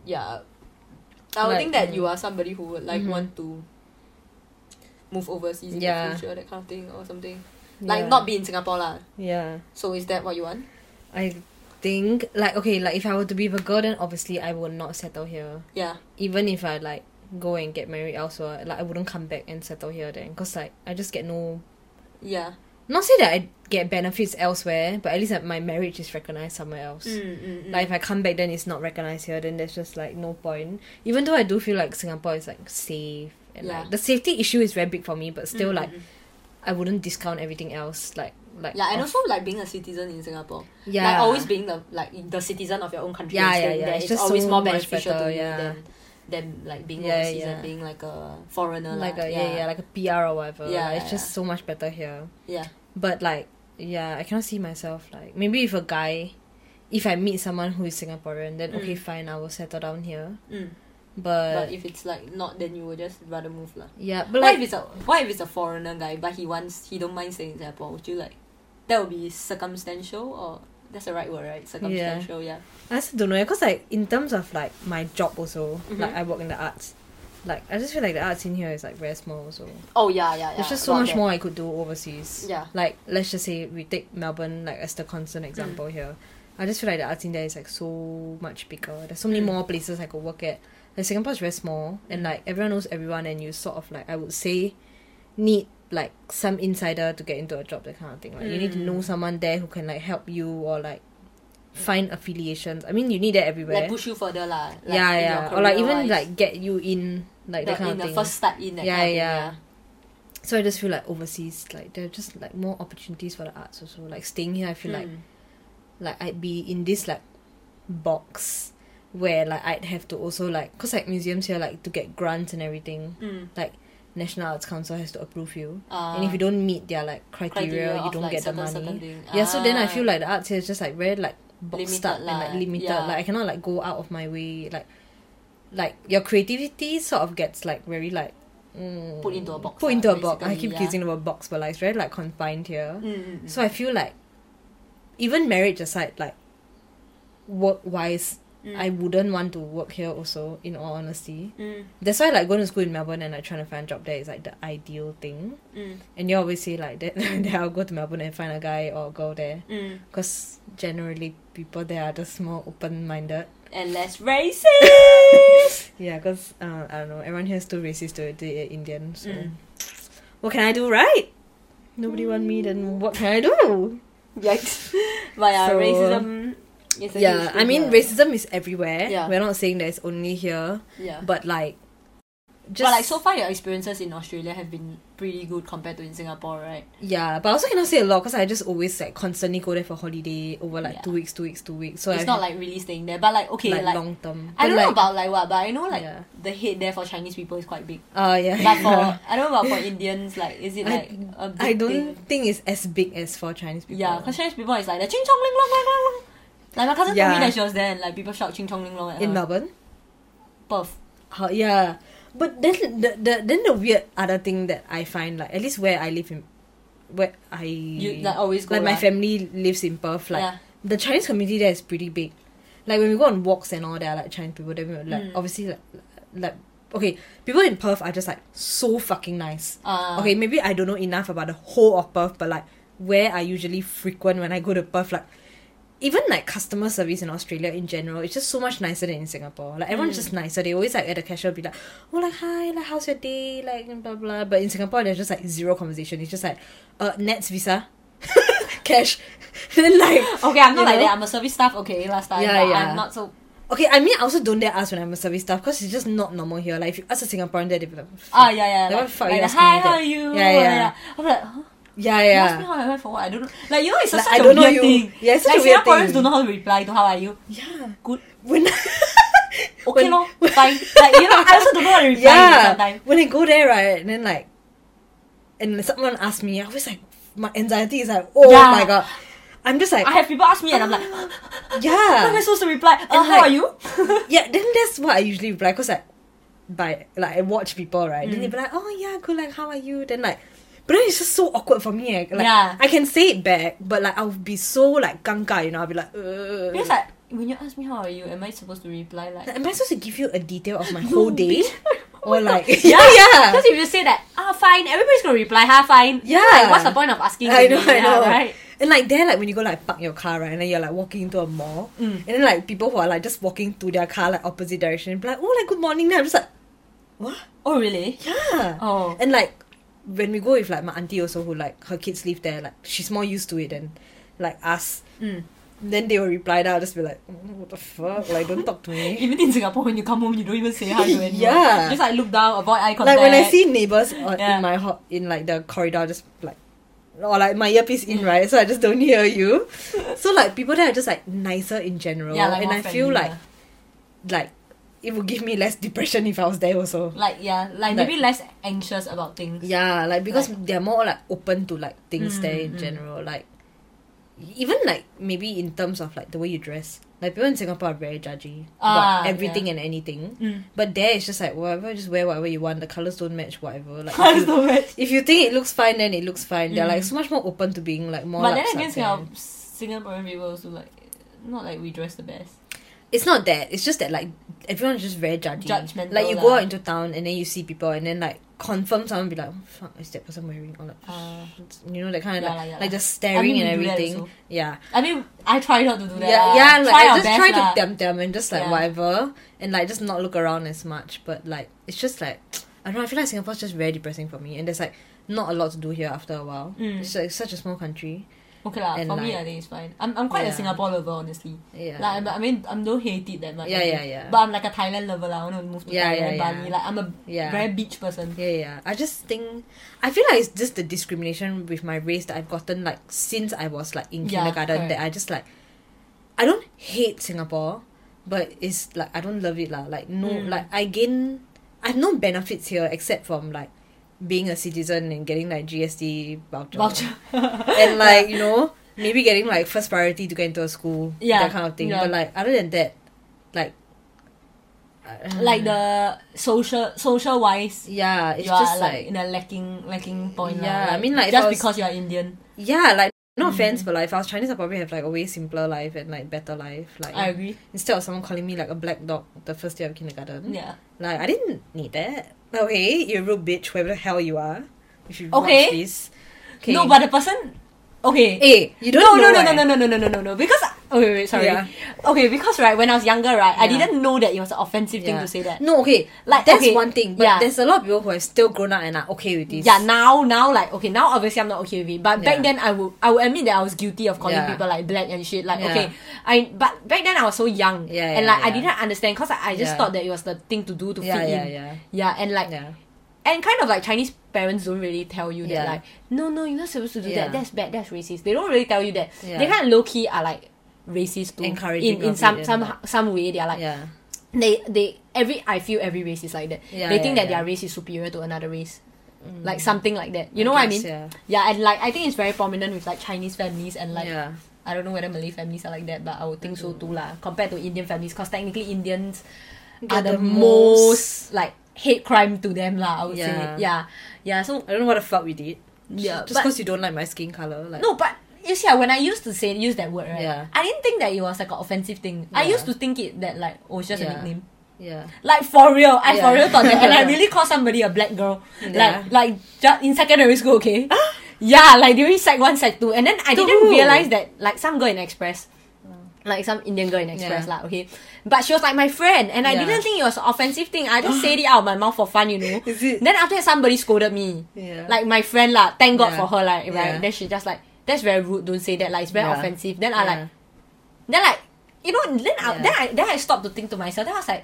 Speaker 2: yeah, I would
Speaker 3: Like,
Speaker 2: think that
Speaker 3: mm.
Speaker 2: you are somebody who would like
Speaker 3: Mhm.
Speaker 2: want to move overseas in
Speaker 3: Yeah.
Speaker 2: the future, that kind of thing, or something. Like
Speaker 3: Yeah.
Speaker 2: not be in Singapore lah.
Speaker 3: Yeah.
Speaker 2: So is that what you want?
Speaker 3: I think like okay, like if I were to be with a girl, then obviously I would not settle here.
Speaker 2: Yeah.
Speaker 3: Even if I like go and get married elsewhere, like I wouldn't come back and settle here then, cause like I just get no.
Speaker 2: Yeah.
Speaker 3: Not say that I get benefits elsewhere, but at least like, my marriage is recognized somewhere else.
Speaker 2: Mm, mm, mm.
Speaker 3: Like if I come back, then it's not recognized here. Then there's just like no point. Even though I do feel like Singapore is like safe And
Speaker 2: Yeah. Mm.
Speaker 3: like the safety issue is very big for me, but still like I wouldn't discount everything else. Like like
Speaker 2: Yeah, and
Speaker 3: of-
Speaker 2: also like being a citizen in Singapore.
Speaker 3: yeah,
Speaker 2: Like always being the like the citizen of your own country.
Speaker 3: Yeah,
Speaker 2: and
Speaker 3: yeah,
Speaker 2: staying
Speaker 3: yeah.
Speaker 2: There.
Speaker 3: It's
Speaker 2: It's,
Speaker 3: just
Speaker 2: always
Speaker 3: so
Speaker 2: more
Speaker 3: much
Speaker 2: beneficial
Speaker 3: better,
Speaker 2: to you
Speaker 3: yeah.
Speaker 2: than than like being
Speaker 3: Yeah,
Speaker 2: overseas
Speaker 3: yeah.
Speaker 2: and being like a foreigner. lah.
Speaker 3: like a yeah.
Speaker 2: yeah,
Speaker 3: yeah like a PR or whatever.
Speaker 2: Yeah,
Speaker 3: Like,
Speaker 2: yeah,
Speaker 3: it's just so much better here.
Speaker 2: Yeah.
Speaker 3: But like yeah, I cannot see myself like maybe if a guy, if I meet someone who is Singaporean, then
Speaker 2: Mm.
Speaker 3: okay fine I will settle down here.
Speaker 2: Mm.
Speaker 3: But,
Speaker 2: But if it's like not, then you would just rather move lah.
Speaker 3: yeah, but
Speaker 2: What
Speaker 3: like
Speaker 2: if it's a what if it's a foreigner guy but he wants he don't mind staying in Singapore? Would you like that would be circumstantial or that's the right word, right? Circumstantial, yeah.
Speaker 3: I just don't know because like in terms of like my job also
Speaker 2: Mhm.
Speaker 3: like I work in the arts, like I just feel like the arts in here is like very small also.
Speaker 2: Oh yeah, yeah, yeah.
Speaker 3: There's just so
Speaker 2: about
Speaker 3: much
Speaker 2: that.
Speaker 3: more I could do overseas.
Speaker 2: Yeah.
Speaker 3: Like let's just say we take Melbourne like as the constant example here. I just feel like the arts in there is like so much bigger. There's so many
Speaker 2: Mm.
Speaker 3: more places I could work at. Like Singapore is very small and like everyone knows everyone and you sort of like I would say need like some insider to get into a job that kind of thing. Like you need to
Speaker 2: Mm.
Speaker 3: know someone there who can like help you or like find affiliations. I mean you need that everywhere.
Speaker 2: Like push you further lah. Like,
Speaker 3: yeah,
Speaker 2: in
Speaker 3: yeah.
Speaker 2: your
Speaker 3: Or like even
Speaker 2: career-wise.
Speaker 3: like get you in like that
Speaker 2: the,
Speaker 3: kind
Speaker 2: in
Speaker 3: of
Speaker 2: the
Speaker 3: thing.
Speaker 2: first start in that
Speaker 3: Yeah,
Speaker 2: kind of thing,
Speaker 3: yeah. So I just feel like overseas, like there are just like more opportunities for the arts also. Like staying here, I feel like
Speaker 2: Mm.
Speaker 3: like I'd be in this like box where like I'd have to also like cause like museums here like to get grants and everything,
Speaker 2: Mm.
Speaker 3: National Arts Council has to approve you,
Speaker 2: Uh,
Speaker 3: and if you don't meet their like criteria, you
Speaker 2: of,
Speaker 3: don't
Speaker 2: like,
Speaker 3: get the
Speaker 2: certain-
Speaker 3: money.
Speaker 2: certain thing.
Speaker 3: Yeah, so then I
Speaker 2: Ah.
Speaker 3: feel like the arts here is just like very like boxed
Speaker 2: Limited
Speaker 3: up and
Speaker 2: lah,
Speaker 3: like limited.
Speaker 2: yeah.
Speaker 3: Like I cannot like go out of my way. Like, like your creativity sort of gets like very like mm,
Speaker 2: Put into a box
Speaker 3: Put
Speaker 2: lah,
Speaker 3: into a box. I
Speaker 2: basically,
Speaker 3: keep
Speaker 2: yeah.
Speaker 3: using the word box, but like it's very like confined here.
Speaker 2: Mm, mm, mm.
Speaker 3: So I feel like even marriage aside, like work wise,
Speaker 2: Mm.
Speaker 3: I wouldn't want to work here. Also, in all honesty,
Speaker 2: Mm,
Speaker 3: that's why like going to school in Melbourne and like trying to find a job there is like the ideal thing.
Speaker 2: mm,
Speaker 3: And you always say like that, [LAUGHS] that I'll go to Melbourne and find a guy or a girl there
Speaker 2: mm.
Speaker 3: because generally people there are just more open-minded. [LAUGHS]
Speaker 2: And less racist. [LAUGHS]
Speaker 3: Yeah, because uh, I don't know, everyone here is too racist to the Indian. So,
Speaker 2: Mm.
Speaker 3: what can I do, right? Nobody want me,
Speaker 2: Mm.
Speaker 3: then what can I do?
Speaker 2: Yikes. But yeah,
Speaker 3: So-
Speaker 2: racism is a
Speaker 3: yeah,
Speaker 2: huge
Speaker 3: I
Speaker 2: thing
Speaker 3: mean,
Speaker 2: here.
Speaker 3: racism is everywhere.
Speaker 2: Yeah.
Speaker 3: We're not saying that it's only here,
Speaker 2: Yeah.
Speaker 3: but like, just
Speaker 2: but like so far, your experiences in Australia have been pretty good compared to in Singapore, right?
Speaker 3: yeah. But I also cannot say a lot because I just always like constantly go there for holiday over like
Speaker 2: Yeah.
Speaker 3: two weeks, two weeks, two weeks. So
Speaker 2: it's
Speaker 3: I
Speaker 2: not like really staying there, but like okay,
Speaker 3: like,
Speaker 2: like,
Speaker 3: long term.
Speaker 2: I
Speaker 3: But,
Speaker 2: don't know
Speaker 3: like,
Speaker 2: about like what, but I know like
Speaker 3: Yeah.
Speaker 2: the hate there for Chinese people is quite big.
Speaker 3: Oh yeah.
Speaker 2: But for I don't know about for Indians, like is it
Speaker 3: I-
Speaker 2: like a big
Speaker 3: [LAUGHS] I don't
Speaker 2: thing?
Speaker 3: think it's as big as for Chinese people.
Speaker 2: Yeah, because Chinese people is like the ching chong ling long long long. Like my cousin
Speaker 3: Yeah.
Speaker 2: told me that she was there and like people shout ching chong ling long at
Speaker 3: in
Speaker 2: her.
Speaker 3: Melbourne.
Speaker 2: Perth.
Speaker 3: How, yeah, but then the, the then the weird other thing that I find like at least where I live in, where I
Speaker 2: You like always go
Speaker 3: like my
Speaker 2: lah.
Speaker 3: family lives in Perth. Like
Speaker 2: Yeah.
Speaker 3: the Chinese community there is pretty big. Like when we go on walks and all, there are like Chinese people. Then we were, like
Speaker 2: Mm.
Speaker 3: obviously like like okay, people in Perth are just like so fucking nice.
Speaker 2: Uh,
Speaker 3: Okay, maybe I don't know enough about the whole of Perth, but like where I usually frequent when I go to Perth, like even like customer service in Australia in general, it's just so much nicer than in Singapore. Like
Speaker 2: Mm.
Speaker 3: everyone's just nicer. They always like at the cashier be like, "Oh, like hi, like how's your day?" Like and blah blah. But in Singapore, there's just like zero conversation. It's just like, "Uh, Nets Visa, [LAUGHS] cash." [LAUGHS] then like
Speaker 2: Okay, I'm not
Speaker 3: you
Speaker 2: like
Speaker 3: know?
Speaker 2: that. I'm a service staff. Okay, last time.
Speaker 3: Yeah,
Speaker 2: but
Speaker 3: yeah.
Speaker 2: I'm not so.
Speaker 3: Okay, I mean, I also don't dare ask when I'm a service staff because it's just not normal here. Like if you ask a Singaporean, there, they'd be like,
Speaker 2: Ah, yeah, yeah.
Speaker 3: Like, what
Speaker 2: Like,
Speaker 3: the fuck
Speaker 2: like
Speaker 3: you
Speaker 2: the,
Speaker 3: asking
Speaker 2: hi,
Speaker 3: me
Speaker 2: how
Speaker 3: that?"
Speaker 2: are you?
Speaker 3: Yeah, yeah.
Speaker 2: I'm like, huh?
Speaker 3: yeah,
Speaker 2: You ask me
Speaker 3: yeah,
Speaker 2: how I went for what? I don't know. Like you know, it's
Speaker 3: Like,
Speaker 2: such
Speaker 3: I
Speaker 2: a
Speaker 3: don't know
Speaker 2: weird
Speaker 3: you.
Speaker 2: thing.
Speaker 3: Yeah, it's such
Speaker 2: like
Speaker 3: a weird
Speaker 2: Singaporeans
Speaker 3: thing.
Speaker 2: don't know how to reply to how are you.
Speaker 3: yeah. [LAUGHS]
Speaker 2: Good.
Speaker 3: When
Speaker 2: Okay,
Speaker 3: [LAUGHS]
Speaker 2: no, fine. Like you know, I also don't know [LAUGHS] how to reply
Speaker 3: yeah.
Speaker 2: sometimes.
Speaker 3: When I go there, right, and then like, and someone asks me, I always like, my anxiety is like, oh
Speaker 2: Yeah.
Speaker 3: my god. I'm just like,
Speaker 2: I have people ask me, and I'm like, [GASPS] how am I
Speaker 3: [LAUGHS] yeah,
Speaker 2: supposed to reply? Uh,
Speaker 3: And
Speaker 2: how
Speaker 3: like- [LAUGHS]
Speaker 2: are you? [LAUGHS]
Speaker 3: yeah. Then that's what I usually reply because like, by like I watch people right,
Speaker 2: Mm.
Speaker 3: then they be like, oh yeah, good, like how are you? Then like. But then it's just so awkward for me. eh. Like,
Speaker 2: Yeah.
Speaker 3: I can say it back, but like I'll be so like ganga, you know. I'll be like, Ugh.
Speaker 2: Because like when you ask me how are you, am I supposed to reply like? [LAUGHS]
Speaker 3: Like, [LAUGHS] am I supposed to give you a detail of my whole day, or like,
Speaker 2: Yeah,
Speaker 3: [LAUGHS] yeah, yeah,
Speaker 2: Because if you say that, ah, fine, everybody's gonna reply, ah, fine.
Speaker 3: Yeah.
Speaker 2: Like, what's the point of asking?
Speaker 3: I
Speaker 2: to
Speaker 3: know, I
Speaker 2: me? E, Yeah,
Speaker 3: know.
Speaker 2: Right.
Speaker 3: And like there, like when you go like park your car, right, and then you're like walking into a mall,
Speaker 2: Mm.
Speaker 3: and then like people who are like just walking to their car like opposite direction, be like, oh, like good morning. Then I'm just like, what?
Speaker 2: Oh really?
Speaker 3: Yeah.
Speaker 2: Oh.
Speaker 3: And like when we go with like my auntie also, who like her kids live there, like she's more used to it than like us.
Speaker 2: Mm.
Speaker 3: then they will reply that I'll just be like, "Mm, what the fuck? Like don't talk to me.
Speaker 2: Even in Singapore, when you come home, you don't even say hi to anyone.
Speaker 3: [LAUGHS] Yeah.
Speaker 2: Just like look down, avoid eye contact.
Speaker 3: like when I see neighbors uh,
Speaker 2: Yeah.
Speaker 3: in my ho- in like the corridor, just like or like my earpiece in right, so I just don't hear you. so like people there are just like nicer in general,
Speaker 2: yeah, like
Speaker 3: and
Speaker 2: more
Speaker 3: I feel
Speaker 2: friendly,
Speaker 3: like like it would give me less depression if I was there also.
Speaker 2: yeah. like yeah, like maybe less anxious about things.
Speaker 3: Yeah, like because
Speaker 2: Mm. Like-
Speaker 3: they're more like open to like things there in
Speaker 2: Mm, mm.
Speaker 3: general. Like even like maybe in terms of like the way you dress. Like people in Singapore are very judgy
Speaker 2: Ah,
Speaker 3: about everything
Speaker 2: yeah.
Speaker 3: and anything.
Speaker 2: Mm.
Speaker 3: But there it's just like whatever, just wear whatever you want. The colors don't match, whatever.
Speaker 2: [LAUGHS]
Speaker 3: Like
Speaker 2: I
Speaker 3: if you-
Speaker 2: don't know, right?
Speaker 3: if you think it looks fine, then it looks fine. They're like
Speaker 2: Mm.
Speaker 3: so much more open to being like more.
Speaker 2: But
Speaker 3: like,
Speaker 2: then again,
Speaker 3: sarcastic.
Speaker 2: Singapore, Singaporean people also like not like we dress the best.
Speaker 3: it's not that. It's just that like everyone's just very judgy.
Speaker 2: Judgmental
Speaker 3: Like you go
Speaker 2: lah.
Speaker 3: out into town and then you see people and then like confirm someone be like, oh, fuck, is that person wearing or like,
Speaker 2: Uh,
Speaker 3: you know that kind of
Speaker 2: Yeah,
Speaker 3: like,
Speaker 2: like that
Speaker 3: like
Speaker 2: lah.
Speaker 3: just
Speaker 2: I
Speaker 3: staring
Speaker 2: mean,
Speaker 3: and
Speaker 2: we do that
Speaker 3: everything.
Speaker 2: also.
Speaker 3: Yeah,
Speaker 2: I mean, I try not to do that.
Speaker 3: yeah,
Speaker 2: lah.
Speaker 3: yeah. Like
Speaker 2: try our
Speaker 3: just
Speaker 2: best
Speaker 3: try to
Speaker 2: lah.
Speaker 3: tempt them and just like
Speaker 2: Yeah.
Speaker 3: whatever and like just not look around as much. But like it's just like I don't know. I feel like Singapore's just very depressing for me and there's like not a lot to do here after a while.
Speaker 2: Mm.
Speaker 3: It's like such a small country.
Speaker 2: Okay lah,
Speaker 3: and
Speaker 2: for me
Speaker 3: like-
Speaker 2: I think it's fine. I'm, I'm quite a
Speaker 3: Yeah.
Speaker 2: Singapore lover honestly.
Speaker 3: Yeah.
Speaker 2: Like I'm, I mean I don't hate it that much.
Speaker 3: Yeah,
Speaker 2: I think.
Speaker 3: yeah, yeah.
Speaker 2: But I'm like a Thailand lover lah. I want to move to
Speaker 3: Yeah,
Speaker 2: Thailand,
Speaker 3: yeah,
Speaker 2: Bali.
Speaker 3: yeah.
Speaker 2: Like I'm a
Speaker 3: Yeah.
Speaker 2: very beach person.
Speaker 3: Yeah, yeah. I just think I feel like it's just the discrimination with my race that I've gotten like since I was like in
Speaker 2: Yeah,
Speaker 3: kindergarten that
Speaker 2: correct.
Speaker 3: I just like I don't hate Singapore, but it's like I don't love it lah. Like no,
Speaker 2: Mm.
Speaker 3: like I gain I have no benefits here except from like being a citizen and getting like GST voucher,
Speaker 2: Voucher.
Speaker 3: [LAUGHS]
Speaker 2: [LAUGHS]
Speaker 3: and like you know maybe getting like first priority to get into a school,
Speaker 2: Yeah,
Speaker 3: that kind of thing.
Speaker 2: yeah.
Speaker 3: But like other than that, like I-
Speaker 2: like the social social wise
Speaker 3: yeah, it's
Speaker 2: you are
Speaker 3: just
Speaker 2: like, in a lacking lacking point. lah,
Speaker 3: Yeah, I
Speaker 2: like,
Speaker 3: mean, like, if
Speaker 2: just
Speaker 3: I was-
Speaker 2: because you are Indian.
Speaker 3: Yeah, like no
Speaker 2: Mm.
Speaker 3: offense, but like if I was Chinese, I probably have like a way simpler life and like better life. Like
Speaker 2: I agree.
Speaker 3: instead of someone calling me like a black dog the first day of kindergarten.
Speaker 2: Yeah.
Speaker 3: Like I didn't need that. Okay, you rude bitch, whoever the hell you are. If you watch
Speaker 2: Okay.
Speaker 3: this. Okay.
Speaker 2: No, but the person okay.
Speaker 3: hey, you don't
Speaker 2: no,
Speaker 3: know.
Speaker 2: no, no,
Speaker 3: eh.
Speaker 2: no, no, no, no, no, no, no. Because okay, wait, wait, sorry.
Speaker 3: Yeah.
Speaker 2: Okay, because right when I was younger, right, I
Speaker 3: Yeah.
Speaker 2: didn't know that it was an offensive thing
Speaker 3: Yeah.
Speaker 2: to say that.
Speaker 3: No, okay. Like
Speaker 2: Like,
Speaker 3: that's
Speaker 2: okay,
Speaker 3: one thing. But
Speaker 2: yeah.
Speaker 3: there's a lot of people who have still grown up and are okay with this.
Speaker 2: Yeah, now, now, like okay, now obviously I'm not okay with it, but back
Speaker 3: Yeah.
Speaker 2: then I would, I would admit that I was guilty of calling
Speaker 3: Yeah.
Speaker 2: people like black and shit. Like
Speaker 3: Yeah.
Speaker 2: okay, I but back then I was so young,
Speaker 3: Yeah,
Speaker 2: and
Speaker 3: yeah,
Speaker 2: like I
Speaker 3: yeah.
Speaker 2: didn't understand because I, I just
Speaker 3: Yeah.
Speaker 2: thought that it was the thing to do to
Speaker 3: Yeah,
Speaker 2: fit
Speaker 3: yeah,
Speaker 2: in.
Speaker 3: yeah.
Speaker 2: yeah, and like
Speaker 3: Yeah.
Speaker 2: and kind of like Chinese parents don't really tell you that
Speaker 3: Yeah.
Speaker 2: like no no you're not supposed to do
Speaker 3: Yeah.
Speaker 2: that that's bad that's racist they don't really tell you that
Speaker 3: Yeah.
Speaker 2: they kind of low key are like racist too
Speaker 3: Encouraging
Speaker 2: in, in
Speaker 3: of
Speaker 2: some
Speaker 3: it and
Speaker 2: some
Speaker 3: like-
Speaker 2: some way they are like
Speaker 3: Yeah.
Speaker 2: they they every I feel every race is like that
Speaker 3: Yeah,
Speaker 2: they think
Speaker 3: yeah,
Speaker 2: that
Speaker 3: yeah. Mm.
Speaker 2: their race is superior to another race like something like that you know what I mean
Speaker 3: guess, yeah.
Speaker 2: and like I think it's very prominent with like Chinese families and like
Speaker 3: yeah. Mm.
Speaker 2: I don't know whether Malay families are like that but I would think so too lah compared to Indian families because technically Indians are the,
Speaker 3: the
Speaker 2: most like hate crime to them lah I would
Speaker 3: Yeah.
Speaker 2: say yeah yeah so
Speaker 3: I don't know what the fuck we did.
Speaker 2: Yeah,
Speaker 3: Just
Speaker 2: but-
Speaker 3: because you don't like my skin color, like
Speaker 2: No, but you see, ah, when I used to say use that word, right?
Speaker 3: Yeah.
Speaker 2: I didn't think that it was like an offensive thing. I
Speaker 3: Yeah.
Speaker 2: used to think it that like oh, it's just a
Speaker 3: Yeah.
Speaker 2: nickname.
Speaker 3: Yeah.
Speaker 2: Like for real, I for
Speaker 3: Yeah.
Speaker 2: real thought that,
Speaker 3: [LAUGHS]
Speaker 2: and I really called somebody a black girl.
Speaker 3: Yeah.
Speaker 2: Like like just in secondary school, okay. yeah, like during sec one, sec two, and then I
Speaker 3: To
Speaker 2: didn't
Speaker 3: who? Oh.
Speaker 2: realize that like some girl in express. Like some Indian girl in Express,
Speaker 3: Yeah.
Speaker 2: lah, okay. But she was like my friend, and I
Speaker 3: Yeah.
Speaker 2: didn't think it was an offensive thing. I
Speaker 3: [GASPS]
Speaker 2: just said it out of my mouth for fun, you know.
Speaker 3: Is it?
Speaker 2: Then after that, somebody scolded me.
Speaker 3: Yeah.
Speaker 2: Like my friend, lah. Thank God
Speaker 3: Yeah.
Speaker 2: for her, like
Speaker 3: Yeah.
Speaker 2: right. Then she just like, that's very rude. Don't say that. Like it's very
Speaker 3: Yeah.
Speaker 2: offensive. Then I
Speaker 3: Yeah.
Speaker 2: like, then like, you know, then I,
Speaker 3: Yeah.
Speaker 2: then I then I stopped to think to myself. Then I was like,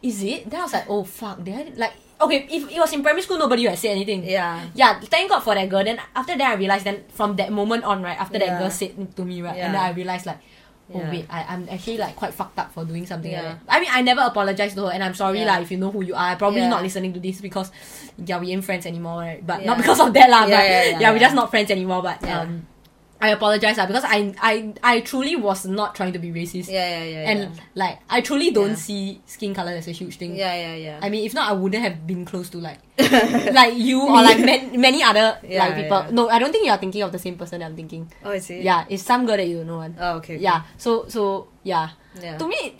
Speaker 2: is it? Then I was like, oh fuck. Then I, like, okay, if it was in primary school, nobody would say anything.
Speaker 3: Yeah.
Speaker 2: Yeah. Thank God for that girl. Then after that, I realized. Then from that moment on, right after that
Speaker 3: Yeah.
Speaker 2: girl said to me, right,
Speaker 3: Yeah.
Speaker 2: and then I realized like. Oh
Speaker 3: Yeah.
Speaker 2: wait, I, I'm actually like quite fucked up for doing something
Speaker 3: Yeah.
Speaker 2: like that. I mean I never apologized to her and I'm sorry
Speaker 3: Yeah.
Speaker 2: lah if you know who you are. Probably
Speaker 3: Yeah.
Speaker 2: not listening to this because yeah we ain't friends anymore right? But not
Speaker 3: Yeah.
Speaker 2: because of that lah
Speaker 3: Yeah,
Speaker 2: but yeah,
Speaker 3: yeah, yeah,
Speaker 2: we're
Speaker 3: yeah.
Speaker 2: just not friends anymore but
Speaker 3: Yeah.
Speaker 2: um I apologize lah because I I I truly was not trying to be racist.
Speaker 3: Yeah, yeah, yeah.
Speaker 2: and like I truly don't
Speaker 3: Yeah.
Speaker 2: see skin color as a huge thing.
Speaker 3: yeah, yeah, yeah.
Speaker 2: I mean, if not, I wouldn't have been close
Speaker 3: [LAUGHS]
Speaker 2: to like, like you or like man, many other
Speaker 3: Yeah,
Speaker 2: like people.
Speaker 3: yeah.
Speaker 2: No, I don't think you are thinking of the same person. I'm thinking.
Speaker 3: oh, is it?
Speaker 2: Yeah, it's some girl that you don't know one.
Speaker 3: Oh, okay. okay.
Speaker 2: Yeah. So so yeah.
Speaker 3: Yeah.
Speaker 2: To me,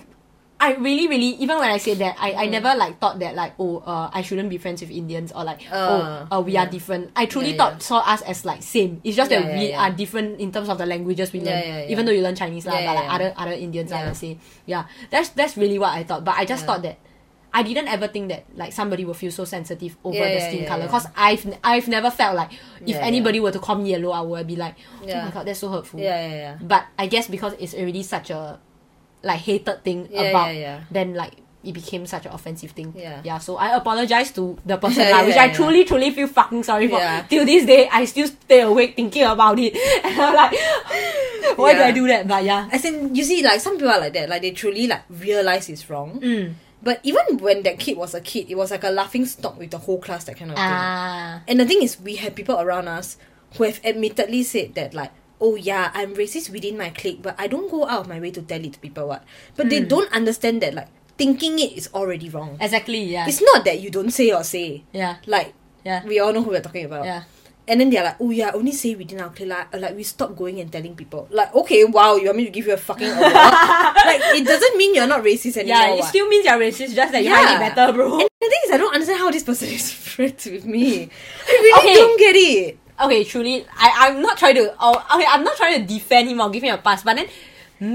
Speaker 2: I really really even when I said that I, I
Speaker 3: Mm.
Speaker 2: never like thought that like oh uh, I shouldn't be friends with Indians or like
Speaker 3: Uh,
Speaker 2: oh uh, we
Speaker 3: yeah.
Speaker 2: are different. I truly
Speaker 3: Yeah,
Speaker 2: thought
Speaker 3: yeah.
Speaker 2: saw us as like same. It's just
Speaker 3: Yeah,
Speaker 2: that
Speaker 3: yeah,
Speaker 2: we
Speaker 3: yeah.
Speaker 2: are different in terms of the languages we
Speaker 3: Yeah,
Speaker 2: learn.
Speaker 3: yeah, yeah.
Speaker 2: Even though you learn Chinese lah,
Speaker 3: Yeah,
Speaker 2: but
Speaker 3: yeah,
Speaker 2: like
Speaker 3: yeah.
Speaker 2: other other Indians are
Speaker 3: Yeah.
Speaker 2: the same. Yeah. That's that's really what I thought. But I just
Speaker 3: Yeah.
Speaker 2: thought that. I I didn't ever think that like somebody will feel so sensitive over
Speaker 3: Yeah,
Speaker 2: the
Speaker 3: yeah,
Speaker 2: skin
Speaker 3: yeah,
Speaker 2: color
Speaker 3: yeah.
Speaker 2: because I've I've never felt like if
Speaker 3: Yeah,
Speaker 2: anybody were to call me yellow, I would be like, oh
Speaker 3: Yeah.
Speaker 2: my god, that's so hurtful.
Speaker 3: Yeah, yeah, yeah.
Speaker 2: But I guess because it's already such a like hated thing
Speaker 3: Yeah,
Speaker 2: about,
Speaker 3: yeah, yeah.
Speaker 2: then like it became such an offensive thing.
Speaker 3: Yeah.
Speaker 2: Yeah. So I apologize to
Speaker 3: [LAUGHS]
Speaker 2: the person,
Speaker 3: Yeah,
Speaker 2: lah, which
Speaker 3: yeah,
Speaker 2: I
Speaker 3: yeah.
Speaker 2: truly, truly feel fucking sorry for.
Speaker 3: Yeah.
Speaker 2: Till this day, I still stay awake thinking about it, [LAUGHS] and I'm like, why do
Speaker 3: Yeah.
Speaker 2: I do that? But yeah.
Speaker 3: As in, you see, like some people are like that. Like they truly like realize it's wrong.
Speaker 2: Mm.
Speaker 3: But even when that kid was a kid, it was like a laughing stock with the whole class, that kind of thing.
Speaker 2: Ah.
Speaker 3: And the thing is, we have people around us who have admittedly said that, like, oh yeah, I'm racist within my clique, but I don't go out of my way to tell it to people what. But they don't understand that, like, thinking it is already wrong.
Speaker 2: Exactly. Yeah.
Speaker 3: It's not that you don't say or say.
Speaker 2: yeah.
Speaker 3: Like,
Speaker 2: Yeah.
Speaker 3: we all know who we're talking about.
Speaker 2: Yeah.
Speaker 3: And then they're like, oh yeah, only say within our clique, like, like we stop going and telling people. Like, okay, wow, you want me to give you a fucking
Speaker 2: [LAUGHS]
Speaker 3: award? like, it doesn't mean you're not racist anymore.
Speaker 2: Yeah, it
Speaker 3: what.
Speaker 2: still means you're racist, just that you
Speaker 3: Yeah.
Speaker 2: hide it better, bro.
Speaker 3: And the thing is, I don't understand how this person is [LAUGHS] friends with me. I really
Speaker 2: Okay.
Speaker 3: don't get it.
Speaker 2: okay, truly, I, I'm not trying to. Oh, okay, I'm not trying to defend him or give him a pass, but then,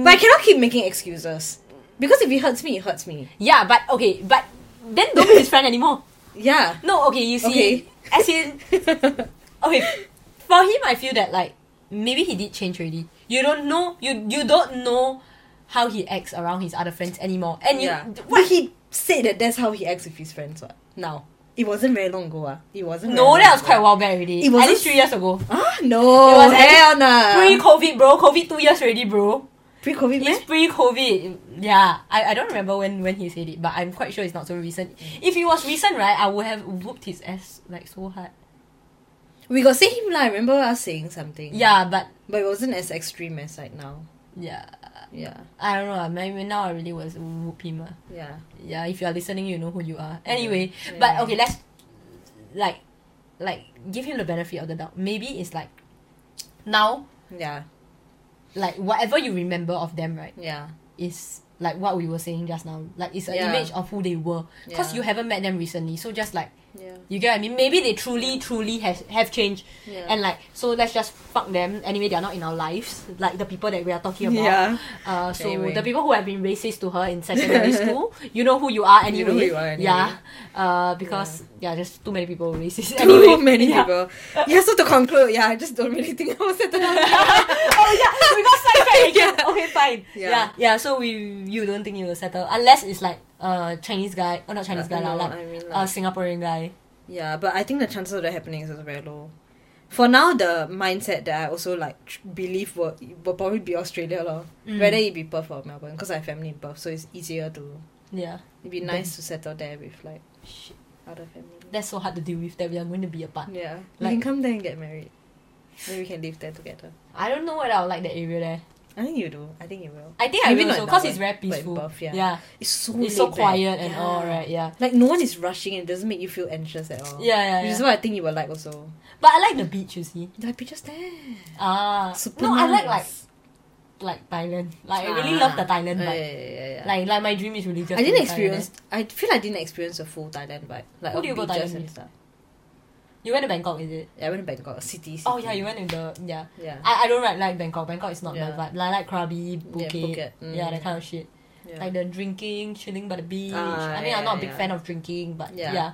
Speaker 3: But I cannot keep making excuses. Because if it hurts me, it hurts me.
Speaker 2: yeah, but okay, but then don't be his friend anymore.
Speaker 3: Yeah.
Speaker 2: No, okay, you see,
Speaker 3: Okay.
Speaker 2: as in, okay, for him, I feel that like maybe he did change already. You don't know, you you don't know how he acts around his other friends anymore, [LAUGHS] and you
Speaker 3: yeah.
Speaker 2: what
Speaker 3: But he said that that's how he acts with his friends. What? Now. It wasn't very long ago. Ah, It wasn't.
Speaker 2: No,
Speaker 3: very
Speaker 2: that
Speaker 3: long
Speaker 2: was quite a
Speaker 3: ago.
Speaker 2: while back already.
Speaker 3: It
Speaker 2: At
Speaker 3: wasn't-
Speaker 2: least three years ago. [GASPS]
Speaker 3: Ah, no.
Speaker 2: It was at
Speaker 3: hell nah.
Speaker 2: Pre-COVID, bro. COVID two years already, bro.
Speaker 3: Pre COVID, man?
Speaker 2: It's pre-COVID. Yeah, I, I don't remember when, when he said it, but I'm quite sure it's not so recent. If it was recent, right, I would have whooped his ass like so hard.
Speaker 3: We got say him, lah. I remember us saying something.
Speaker 2: Yeah, but
Speaker 3: But it wasn't as extreme as like now.
Speaker 2: yeah,
Speaker 3: Yeah.
Speaker 2: I don't know. ah, Maybe now I really was whoop him. ah.
Speaker 3: Yeah.
Speaker 2: Yeah, if you are listening, you know who you are. Anyway,
Speaker 3: Yeah.
Speaker 2: but okay, let's like like give him the benefit of the doubt. Maybe it's like now,
Speaker 3: Yeah.
Speaker 2: like whatever you remember of them, right?
Speaker 3: Yeah.
Speaker 2: is like what we were saying just now. Like it's an
Speaker 3: Yeah.
Speaker 2: image of who they were. Because
Speaker 3: Yeah.
Speaker 2: you haven't met them recently. So just like
Speaker 3: Yeah.
Speaker 2: you get what I mean? Maybe they truly, truly have have changed.
Speaker 3: Yeah.
Speaker 2: And like so let's just fuck them. Anyway, they are not in our lives. Like the people that we are talking about.
Speaker 3: Yeah.
Speaker 2: Uh so
Speaker 3: Anyway.
Speaker 2: the people who have been racist to her in
Speaker 3: [LAUGHS]
Speaker 2: secondary school, you know who you are anyway.
Speaker 3: You know who you are anyway.
Speaker 2: Yeah. Uh because yeah, there's too many people
Speaker 3: [LAUGHS]
Speaker 2: racist
Speaker 3: Too
Speaker 2: anyway.
Speaker 3: [LAUGHS] many
Speaker 2: Yeah.
Speaker 3: people. Yeah, so to conclude, yeah, I just don't really think I was at
Speaker 2: [LAUGHS] oh yeah, we got
Speaker 3: [LAUGHS]
Speaker 2: sidetracked again. Okay, fine. Yeah.
Speaker 3: Yeah.
Speaker 2: yeah, So we, you don't think you will settle unless it's like uh Chinese guy, oh not [LAUGHS] Chinese guy, lah,
Speaker 3: No,
Speaker 2: like
Speaker 3: I mean,
Speaker 2: uh,
Speaker 3: like-
Speaker 2: Singaporean guy.
Speaker 3: Yeah, but I think the chances of that happening is also very low. For now, the mindset that I also like tr- believe will, will probably be Australia lor.
Speaker 2: Mm.
Speaker 3: Mm. Whether it be Perth or Melbourne, because I have family in Perth, so it's easier to.
Speaker 2: Yeah,
Speaker 3: It'd be nice to settle there with like
Speaker 2: Shit.
Speaker 3: other family.
Speaker 2: that's so hard to deal with that we are going to be apart.
Speaker 3: Yeah, we
Speaker 2: Like-
Speaker 3: can come there and get married. Maybe we can live there together.
Speaker 2: I don't know whether I will like that area there.
Speaker 3: I think you do. I think you will.
Speaker 2: I think
Speaker 3: Maybe
Speaker 2: I
Speaker 3: not
Speaker 2: will
Speaker 3: in
Speaker 2: because it's very
Speaker 3: Melbourne, but in
Speaker 2: peaceful.
Speaker 3: Perth, yeah.
Speaker 2: yeah,
Speaker 3: It's so
Speaker 2: it's so
Speaker 3: laid back.
Speaker 2: quiet and
Speaker 3: Yeah.
Speaker 2: all right. Yeah,
Speaker 3: Like no one is rushing and it doesn't make you feel anxious at all.
Speaker 2: yeah, yeah.
Speaker 3: Which
Speaker 2: yeah.
Speaker 3: is what I think you will like also.
Speaker 2: But I like the beach. You see,
Speaker 3: Like be just there.
Speaker 2: ah,
Speaker 3: Super
Speaker 2: no, I like like
Speaker 3: nice.
Speaker 2: like Thailand. Like I really love the Thailand
Speaker 3: Ah. Oh, Yeah,
Speaker 2: vibe.
Speaker 3: yeah, yeah, yeah.
Speaker 2: Like like my dream is really just
Speaker 3: I
Speaker 2: to
Speaker 3: didn't
Speaker 2: be Thailand.
Speaker 3: experience. I feel I didn't experience the full Thailand vibe. Like
Speaker 2: Who
Speaker 3: of
Speaker 2: do you go
Speaker 3: beaches and
Speaker 2: Thailand with?
Speaker 3: stuff.
Speaker 2: You went to Bangkok, is it?
Speaker 3: Yeah, I went to Bangkok city.
Speaker 2: Oh
Speaker 3: city.
Speaker 2: yeah, you went in the yeah.
Speaker 3: Yeah.
Speaker 2: I, I don't like like Bangkok. Bangkok is not
Speaker 3: Yeah.
Speaker 2: my vibe. I like Krabi, Phuket, yeah,
Speaker 3: Phuket, mm.
Speaker 2: that kind of shit.
Speaker 3: yeah.
Speaker 2: Like the drinking, chilling by the beach.
Speaker 3: Ah,
Speaker 2: I mean, I'm
Speaker 3: yeah,
Speaker 2: not a big
Speaker 3: yeah.
Speaker 2: fan of drinking, but yeah,
Speaker 3: Yeah.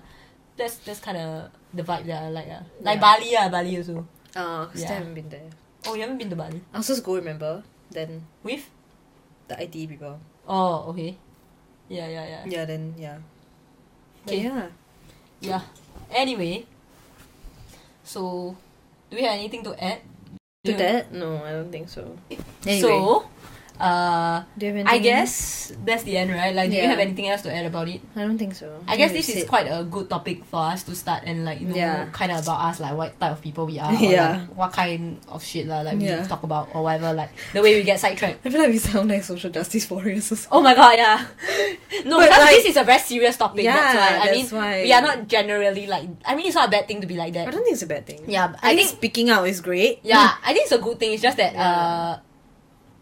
Speaker 2: that's that's kind of the vibe that I like. ah. Like
Speaker 3: Yeah.
Speaker 2: Bali, ah, Bali also.
Speaker 3: Uh, 'cause I
Speaker 2: Yeah.
Speaker 3: haven't been there.
Speaker 2: Oh, you haven't been to Bali
Speaker 3: I was just go remember then
Speaker 2: with?
Speaker 3: the IT people.
Speaker 2: Oh, okay. Yeah, yeah, yeah, yeah.
Speaker 3: Yeah, then yeah. But
Speaker 2: Okay.
Speaker 3: yeah.
Speaker 2: Anyway, so do we have anything to add?
Speaker 3: To
Speaker 2: Do-
Speaker 3: that? No, I don't think so. Anyway,
Speaker 2: So, uh,
Speaker 3: do you have
Speaker 2: I
Speaker 3: anything
Speaker 2: guess that's the end, right? Like, do you
Speaker 3: Yeah.
Speaker 2: have anything else to add about it?
Speaker 3: else? I don't think so.
Speaker 2: I guess
Speaker 3: think
Speaker 2: this
Speaker 3: we've
Speaker 2: is
Speaker 3: said-
Speaker 2: quite a good topic for us to start and like you know
Speaker 3: Yeah.
Speaker 2: kind of about us like what type of people we are or
Speaker 3: Yeah.
Speaker 2: like, what kind of shit lah like
Speaker 3: Yeah.
Speaker 2: we talk about or whatever like the way we get sidetracked.
Speaker 3: I feel like we sound like social justice warriors. Or something.
Speaker 2: Oh my god, yeah. [LAUGHS] no,
Speaker 3: But,
Speaker 2: because
Speaker 3: like-
Speaker 2: this is a very serious topic.
Speaker 3: Yeah,
Speaker 2: that's why. I
Speaker 3: that's
Speaker 2: mean,
Speaker 3: why.
Speaker 2: we are not generally like. I mean, it's not a bad thing to be like
Speaker 3: I
Speaker 2: that.
Speaker 3: don't think it's a bad thing.
Speaker 2: Yeah, but
Speaker 3: I,
Speaker 2: I
Speaker 3: think,
Speaker 2: think
Speaker 3: speaking out is great. Mm.
Speaker 2: yeah, I think it's a good thing. It's just that
Speaker 3: Yeah.
Speaker 2: uh,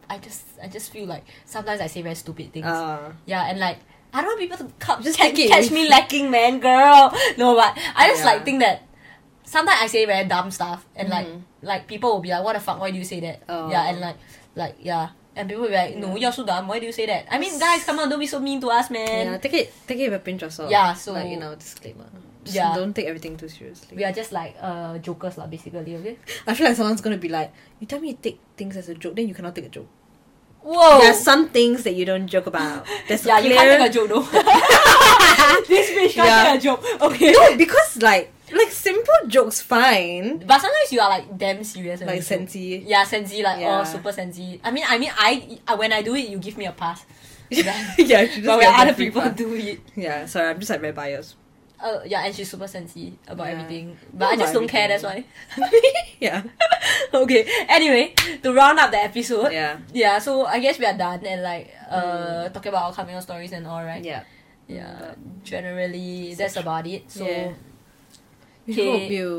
Speaker 2: I just I just feel like sometimes I say very stupid things.
Speaker 3: Uh,
Speaker 2: Yeah, and like I don't want people to come
Speaker 3: Just
Speaker 2: just catch,
Speaker 3: take it.
Speaker 2: catch me lacking, man, girl. No, but I just
Speaker 3: Yeah.
Speaker 2: like think that sometimes I say very dumb stuff, and like
Speaker 3: Mhm.
Speaker 2: like people will be like, "What the fuck? Why do you say that?"
Speaker 3: Oh.
Speaker 2: Yeah, and like like yeah, And people will be like, no, you're so dumb. Why do you say that? I mean, guys, come on, don't be so mean to us,
Speaker 3: Yeah,
Speaker 2: man.
Speaker 3: take it take it with a pinch of salt.
Speaker 2: Yeah, so-
Speaker 3: like you know, disclaimer. Just
Speaker 2: Yeah.
Speaker 3: don't take everything too seriously.
Speaker 2: We are just like uh jokers, lah, basically, okay?
Speaker 3: I feel like someone's gonna be like, You tell me you take things as a joke, then you cannot take a joke.
Speaker 2: Whoa!
Speaker 3: There are some things that you don't joke
Speaker 2: [LAUGHS]
Speaker 3: about. That's
Speaker 2: Oh. yeah,
Speaker 3: clear.
Speaker 2: you can't take a joke,
Speaker 3: [LAUGHS]
Speaker 2: though. this bitch can't
Speaker 3: Yeah.
Speaker 2: take a joke. Okay.
Speaker 3: No, because like like simple jokes fine.
Speaker 2: But sometimes you are like damn serious. when
Speaker 3: Like
Speaker 2: you joke.
Speaker 3: sensi.
Speaker 2: [LAUGHS] Yeah, sensi, like,
Speaker 3: Yeah.
Speaker 2: oh, super sensi. I mean, I mean, I, I when I do it, you give me a
Speaker 3: [LAUGHS]
Speaker 2: pass.
Speaker 3: yeah, [LAUGHS] yeah she just
Speaker 2: But when
Speaker 3: get
Speaker 2: other
Speaker 3: the
Speaker 2: people
Speaker 3: feedback.
Speaker 2: do it,
Speaker 3: Yeah, sorry, I'm just like very
Speaker 2: [LAUGHS]
Speaker 3: biased.
Speaker 2: uh, yeah, and she's super sensi about
Speaker 3: Yeah.
Speaker 2: everything.
Speaker 3: Not
Speaker 2: But I just
Speaker 3: about
Speaker 2: don't care. That's why.
Speaker 3: everything. Yeah.
Speaker 2: [LAUGHS] okay. Anyway, to round up the episode.
Speaker 3: Yeah. Mm.
Speaker 2: Yeah, so I guess we are done and like uh talking about our coming out stories and all, right?
Speaker 3: Yeah.
Speaker 2: Yeah. Generally, that's about it. So
Speaker 3: Yeah. We
Speaker 2: Okay.
Speaker 3: hope you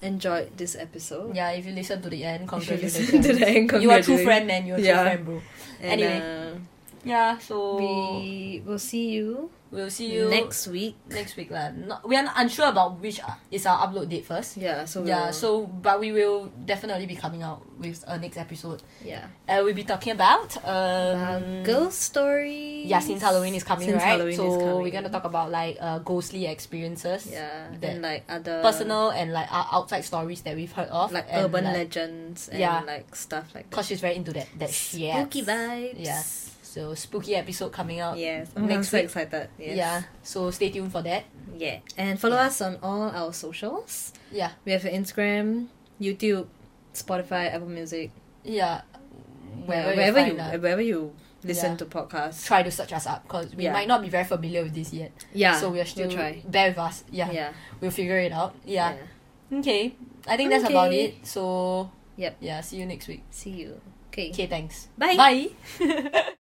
Speaker 3: enjoyed this episode.
Speaker 2: yeah, if you listen to the end,
Speaker 3: If you
Speaker 2: congratulations.
Speaker 3: listen to the end,
Speaker 2: [LAUGHS] you are a true
Speaker 3: congratulations.
Speaker 2: friend, man. You're a
Speaker 3: Yeah.
Speaker 2: true friend, bro.
Speaker 3: And,
Speaker 2: Anyway.
Speaker 3: uh,
Speaker 2: Yeah. So
Speaker 3: we will see you,
Speaker 2: we'll see you
Speaker 3: next week.
Speaker 2: next week, lah. Not, we are not unsure about which uh, is our upload date first.
Speaker 3: Yeah. So we'll-
Speaker 2: Yeah, so but we will definitely be coming out with a next episode.
Speaker 3: yeah,
Speaker 2: Uh, we'll be talking about
Speaker 3: About
Speaker 2: um,
Speaker 3: ghost stories.
Speaker 2: Yeah, since Halloween is coming,
Speaker 3: Uh, Since
Speaker 2: right?
Speaker 3: Halloween
Speaker 2: so
Speaker 3: is coming.
Speaker 2: we're gonna talk about like uh, ghostly experiences.
Speaker 3: Yeah,
Speaker 2: that
Speaker 3: and like other
Speaker 2: personal and like uh, outside stories that we've heard of,
Speaker 3: like
Speaker 2: and,
Speaker 3: urban
Speaker 2: like,
Speaker 3: legends and
Speaker 2: yeah.
Speaker 3: like stuff like that.
Speaker 2: Cause she's very into that that shit.
Speaker 3: Spooky vibes.
Speaker 2: Yeah. So spooky episode coming out.
Speaker 3: Yes.
Speaker 2: Next
Speaker 3: I'm so
Speaker 2: week.
Speaker 3: excited. Yes.
Speaker 2: Yeah. So stay tuned for that.
Speaker 3: Yeah. And follow
Speaker 2: Yeah.
Speaker 3: us on all our socials.
Speaker 2: Yeah.
Speaker 3: We have Instagram, YouTube, Spotify, Apple Music,
Speaker 2: Yeah.
Speaker 3: wherever,
Speaker 2: Wherever,
Speaker 3: wherever you
Speaker 2: find us.
Speaker 3: wherever you listen
Speaker 2: Yeah.
Speaker 3: to podcasts.
Speaker 2: try to search us up because we
Speaker 3: Yeah.
Speaker 2: might not be very familiar with this yet.
Speaker 3: Yeah.
Speaker 2: So we are still
Speaker 3: we'll try.
Speaker 2: bear with us.
Speaker 3: Yeah.
Speaker 2: Yeah.
Speaker 3: yeah.
Speaker 2: We'll figure it out. Yeah. Okay. I think that's about
Speaker 3: Okay.
Speaker 2: it. So
Speaker 3: Yep.
Speaker 2: yeah, see you next week.
Speaker 3: See you. Okay.
Speaker 2: Okay, thanks.
Speaker 3: Bye. [LAUGHS]
Speaker 2: Bye.